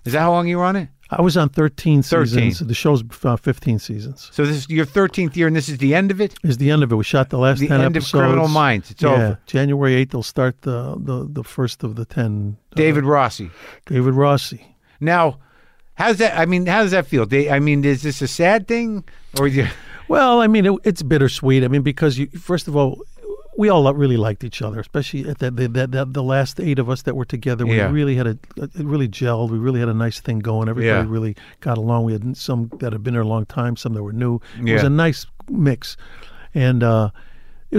Is that how long you were on it? I was on thirteen 13. seasons. The show's uh, fifteen seasons. So this is your 13th year and this is the end of it? Is the end of it? We shot the last The ten end of episodes. Criminal Minds. It's yeah, over. January eighth, they'll start the the the first of the ten. uh, David Rossi. David Rossi. Now, how's that I mean, how does that feel? They, I mean, is this a sad thing or you Well, I mean, it, it's bittersweet. I mean, because you, first of all, we all really liked each other, especially at that the, that that the last eight of us that were together. We Yeah. really had a it really gelled. We really had a nice thing going. Everybody Yeah. really got along. We had some that had been there a long time, some that were new. It was Yeah. a nice mix, and. uh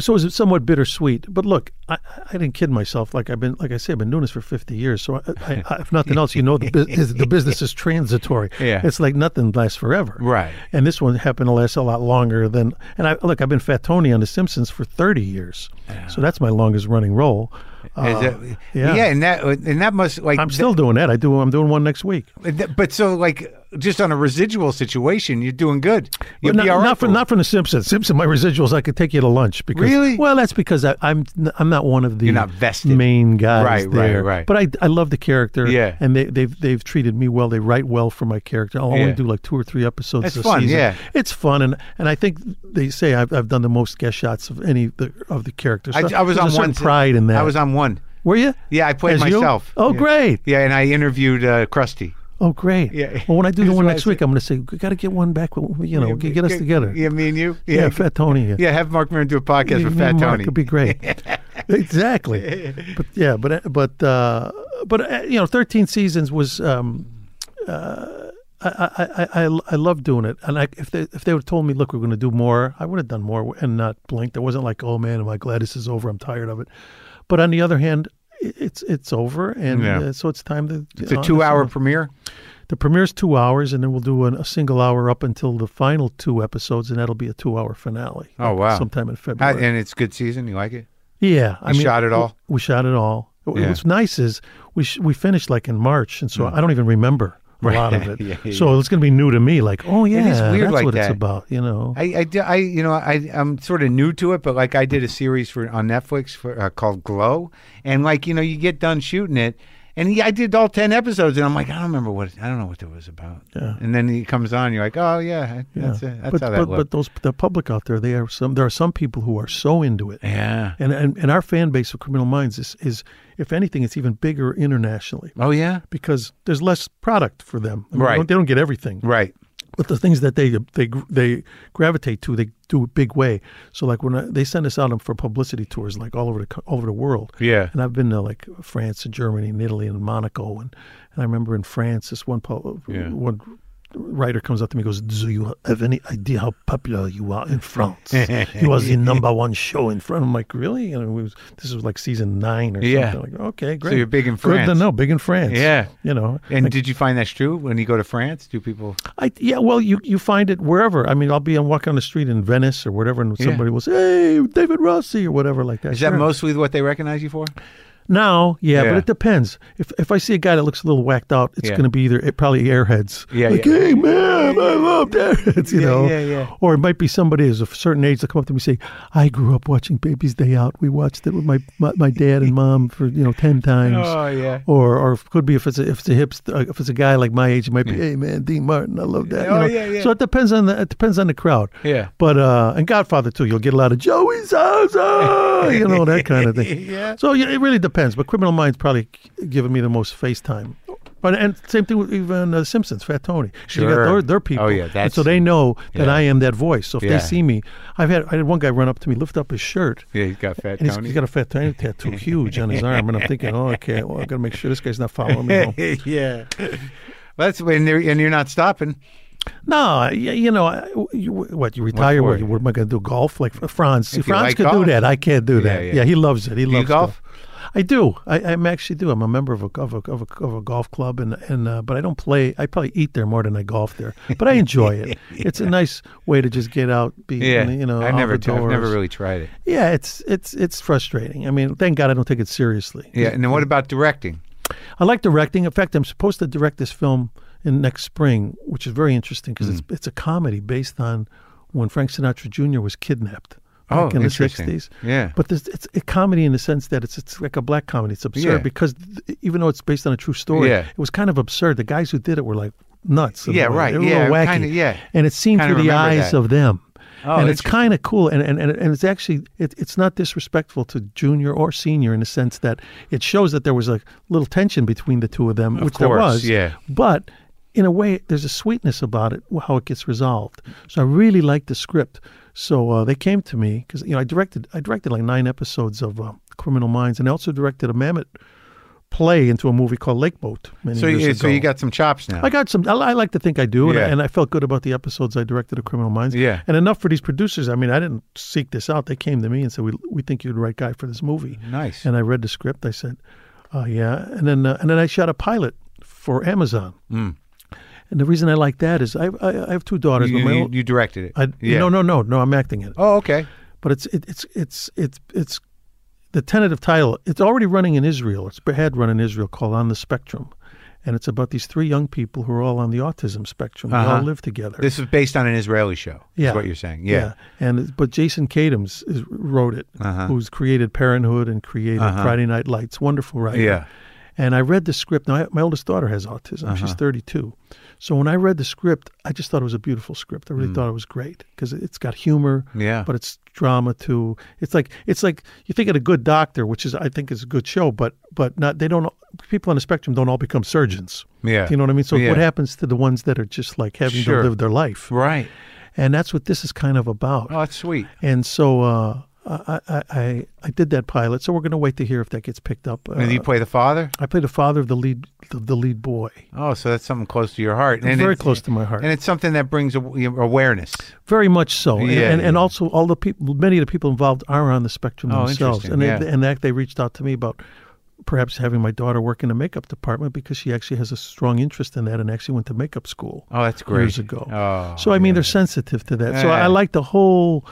so it was somewhat bittersweet, but look, I, I didn't kid myself. Like I've been, like I say, I've been doing this for fifty years. So, I, I, I, if nothing else, you know, the, [laughs] bus- the business is transitory. Yeah. It's like nothing lasts forever. Right. And this one happened to last a lot longer than. And I look, I've been Fat Tony on The Simpsons for 30 years, so that's my longest running role. is Uh, that- yeah. and that and that must like I'm still doing that. I do. I'm doing one next week. th- but so like just on a residual situation, you're doing good. You'll But not, be all right not from for- not from The Simpsons. Simpson, my residuals. I could take you to lunch because. Really? Well, that's because I, I'm n- I'm not one of the You're not vested. main guys. Right, right, there. right. But I, I love the character. Yeah. And they they've they've treated me well. They write well for my character. I'll Yeah. only do like two or three episodes. That's a fun, season. yeah. It's fun, and and I think they say I've, I've done the most guest shots of any of the, of the characters. I, So I was there's a on certain one pride in that. I was on one. Were you? Yeah, I played As you? myself. Oh, Yeah. great. Yeah, and I interviewed uh, Krusty. Oh, great. Yeah. Well, when I [laughs] do the That's one what I next week, said. I'm going to say, we got to get one back. You know, Oh, get, get us together. Yeah, me and you. Yeah, Fat Tony. Yeah, have Mark Maron do a podcast Me- with me Fat and Mark Tony. would be great. [laughs] exactly. But yeah, but but uh, but uh, you know, thirteen seasons was. Um, uh, I, I, I, I love doing it, and I, if they if they would have told me, look, we're going to do more, I would have done more and not blinked. I wasn't like, oh man, am I glad this is over? I'm tired of it. But on the other hand, i- it's it's over, and Yeah. uh, so it's time to. It's a two-hour premiere. The premiere's two hours, and then we'll do an, a single hour up until the final two episodes, and that'll be a two-hour finale. Oh, wow. Sometime in How- February. and it's good season. You like it? Yeah, I You mean, shot it all? We, we shot it all. W- Yeah. Mm. What's nice is we sh- we finished like in March, and so I don't even remember a lot [laughs] of it. Yeah, yeah, so it's going to be new to me. Like, oh yeah, is weird that's like what that. it's about. You know, I, I, do- I- you know, I, I'm sort of new to it, but like I did a series for on Netflix for, uh, called Glow, and like you know, you get done shooting it, And he, I did all ten episodes, and I'm like, I don't remember what I don't know what it was about. Yeah. And then he comes on, you're like, oh yeah, uh, that's it. That's but, how that but, looked. but those the public out there, they are some. There are some people who are so into it, yeah. and and, and our fan base of Criminal Minds is, is, if anything, it's even bigger internationally Oh yeah. because there's less product for them. I mean, they Right. don't- they don't get everything, Right. but the things that they they they gravitate to, they do a big way. So like when I, they send us out on- for publicity tours, like all over the co- all over the world. Yeah. And I've been to like France and Germany and Italy and Monaco, and, and I remember in France, this one pub, Yeah. one writer comes up to me and goes, "Do you have any idea how popular you are in [laughs] France? you was the number one show in France." I'm like, "Really?" And it was this was like season nine or Yeah. something. Like, okay, great. you're big in Good France. to know, big in France. Yeah. You know, And did you find that's true when you go to France? Do people? I, yeah, well, you, you find it wherever. I mean, I'll be on walking on the street in Venice or whatever, and somebody will say, "Hey, David Rossi" or whatever like that. Is that Sure. mostly what they recognize you for? now? Yeah, Yeah. but it depends. If if I see a guy that looks a little whacked out, it's Yeah. going to be either it, probably Airheads. Yeah, like, yeah. hey man, I love Airheads. You Yeah, know, yeah, yeah. Or it might be somebody who's of a certain age that come up to me and say, "I grew up watching Baby's Day Out. We watched it with my my, my dad and mom for you know ten times." [laughs] Oh, yeah. Or or it could be if it's a, if it's a hipster, uh, if it's a guy like my age, it might be, "Hey man, Dean Martin, I love that." you Oh, know? yeah, yeah. So it depends on the it depends on the crowd. Yeah. But uh, and Godfather too, you'll get a lot of Joey Zaza, you know that kind of thing. [laughs] Yeah. So yeah, it really depends. But Criminal Minds probably giving me the most FaceTime. But and same thing with even uh, Simpsons, Fat Tony. 'Cause You Sure. got their, their people. Oh, yeah, and that's- so they know that yeah. I am that voice. So if Yeah. they see me, I've had I had one guy run up to me, lift up his shirt. Yeah, he's got fat And he's, Tony. he's got a fat Tony tattoo, huge on his arm, and I'm thinking, oh, okay, well, I gotta make sure this guy's not following me. Home. [laughs] yeah. Well, that's when they're, and you're not stopping. No, y- you know, I- you, what you retire? for What, you? what am I going to do? Golf? Like Franz? If you Franz like could golf. do that. I can't do that. yeah. Yeah, he loves it. He you loves golf? I do. I, I'm actually do. I'm a member of a of a, of a, of a golf club, and and uh, but I don't play. I probably eat there more than I golf there, but I enjoy [laughs] it. It's a nice way to just get out, be Yeah. you know, I've out never, the t- I've never doors. really tried it. Yeah, it's it's it's frustrating. I mean, thank God I don't take it seriously. Yeah. And then what about directing? I like directing. In fact, I'm supposed to direct this film in next spring, which is very interesting because Hmm. it's it's a comedy based on when Frank Sinatra Jr. was kidnapped Oh, back in the interesting. '60s. Yeah. but this, it's a comedy in the sense that it's it's like a black comedy. It's absurd Yeah. because th- even though it's based on a true story, Yeah. it was kind of absurd. The guys who did it were like nuts. in a Yeah, way. right. They were a Yeah, little wacky. kinda, yeah. and it's seen Kinda through the remember eyes that. of them. Oh, and it's interesting. kind of cool, and, and, and, and it's actually it, it's not disrespectful to junior or senior in the sense that it shows that there was a little tension between the two of them, which there course, was. yeah. But in a way, there's a sweetness about it, how it gets resolved. So I really liked the script. So uh, they came to me because you know I directed I directed like nine episodes of uh, Criminal Minds, and I also directed a Mammoth play into a movie called Lake Boat. Many So, years you, ago. so you got some chops now. I got some. I, I like to think I do, and, Yeah. I, and I felt good about the episodes I directed of Criminal Minds. Yeah. and enough for these producers. I mean, I didn't seek this out. They came to me and said, "We we think you're the right guy for this movie." Nice. And I read the script. I said, "Oh yeah," and then uh, and then I shot a pilot for Amazon. Hmm. And the reason I like that is I I, I have two daughters. you, but my you, ol- you directed it. I, yeah. No, Er, no, no, no. I'm acting in it Oh, okay. but it's it, it's it's it's it's the tentative title. It's already running in Israel. It's had run in Israel called On the Spectrum, and it's about these three young people who are all on the autism spectrum. They all Uh-huh. live together. This is based on an Israeli show. Yeah. Is what you're saying. Yeah. and it's- but Jason Kadams is, wrote it, Uh-huh. who's created Parenthood and created Friday Night Lights. Wonderful writer. Yeah. Uh-huh. And I read the script. Now, I, my oldest daughter has autism. She's 32. So when I read the script, I just thought it was a beautiful script. I really thought it was great because it's got humor, Mm. Yeah. but it's drama too. It's like it's like you think of a good doctor, which is I think is a good show, but but not they don't people on the spectrum don't all become surgeons. Yeah. you know what I mean. So Yeah. what happens to the ones that are just like having Sure. to live their life, Right. and that's what this is kind of about. Oh, that's sweet. And so uh, I, I I I did that pilot. So we're going to wait to hear if that gets picked up. Uh, And you play the father? I played the father of the lead the, the lead boy. Oh, so that's something close to your heart. And Very it's- close to my heart. And it's something that brings aw- awareness. Very much so. And- Yeah, and, and yeah. also all the people many of the people involved are on the spectrum Oh, themselves. interesting, And they, yeah. and that they reached out to me about perhaps having my daughter work in the makeup department because she actually has a strong interest in that and actually went to makeup school. Oh, that's great. Years ago. Oh, so I mean they're sensitive to that. So Yeah. I like the whole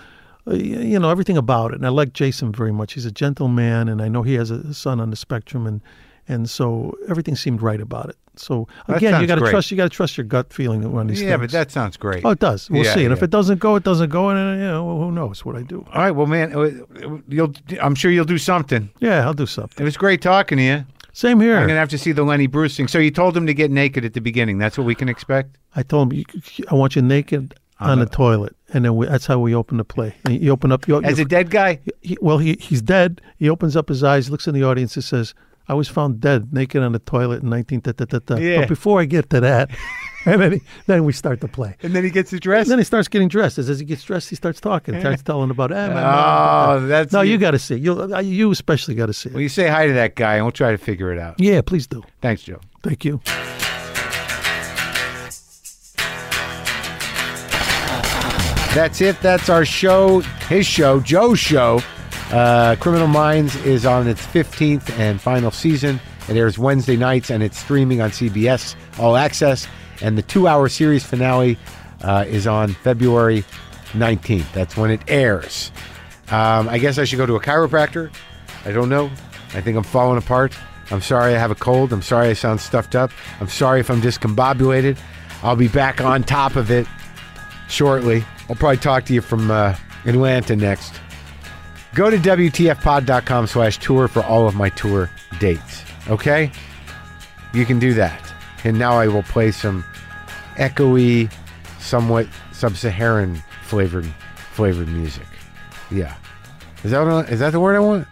uh, y- you know everything about it and I like Jason very much. He's a gentleman and I know he has a son on the spectrum and and so everything seemed right about it. So That again, sounds you got to great. trust you got to trust your gut feeling on these Yeah, things. but that sounds great. Oh, it does. We'll Yeah, see. And if yeah. it doesn't go, it doesn't go. And uh, you know, who knows what I do? All right, well, man, uh, you'll. I'm sure you'll do something. Yeah, I'll do something. It was great talking to you. Same here. I'm gonna have to see the Lenny Bruce thing. So you told him to get naked at the beginning. That's what we can expect. I told him, you- you- I want you naked on the toilet, and then we, that's how we open the play. And you open up your, As your- a dead guy, he, well, he he's dead. He opens up his eyes, looks in the audience, and says, "I was found dead, naked on the toilet in 19." Da, da, da, da. Yeah. But before I get [laughs] to that, and then he, then we start the play. and then he gets his dress. And then he starts getting dressed. As, as he gets dressed, he starts talking, starts telling about. Eh, my- my- Oh, that's no, you got to see. it. You uh, you especially got to see. Well, It. you say hi to that guy, and we'll try to figure it out. Yeah, please do. Thanks, Joe. Thank you. That's it. That's our show. His show, Joe's show. Uh, Criminal Minds is on its 15th and final season. It airs Wednesday nights, and it's streaming on CBS All Access. And the two-hour series finale uh, is on February 19th. That's when it airs. Um, I guess I should go to a chiropractor. I don't know. I think I'm falling apart. I'm sorry I have a cold. I'm sorry I sound stuffed up. I'm sorry if I'm discombobulated. I'll be back on top of it shortly. I'll probably talk to you from uh, Atlanta next. Go to WTFpod.com slash tour for all of my tour dates. Okay? You can do that. And now I will play some echoey, somewhat sub-Saharan flavored flavored music. Yeah. Is that what I, is that the word I want?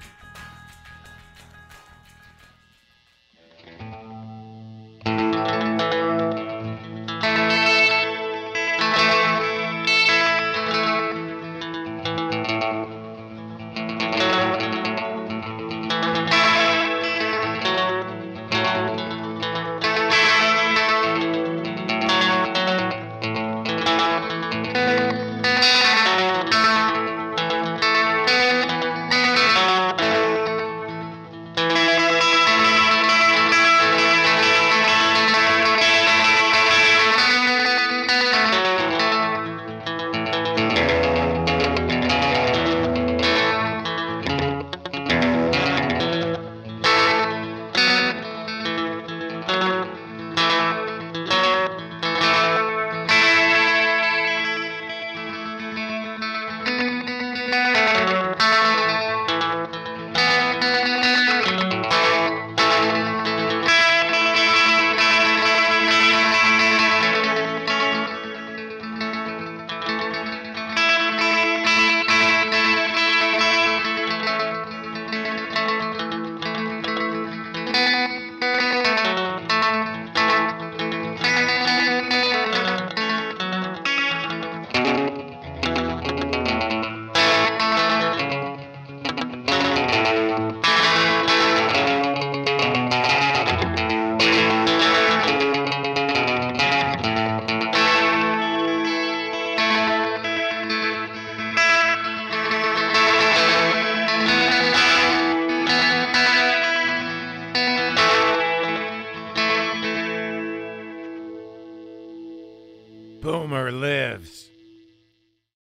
Boomer lives.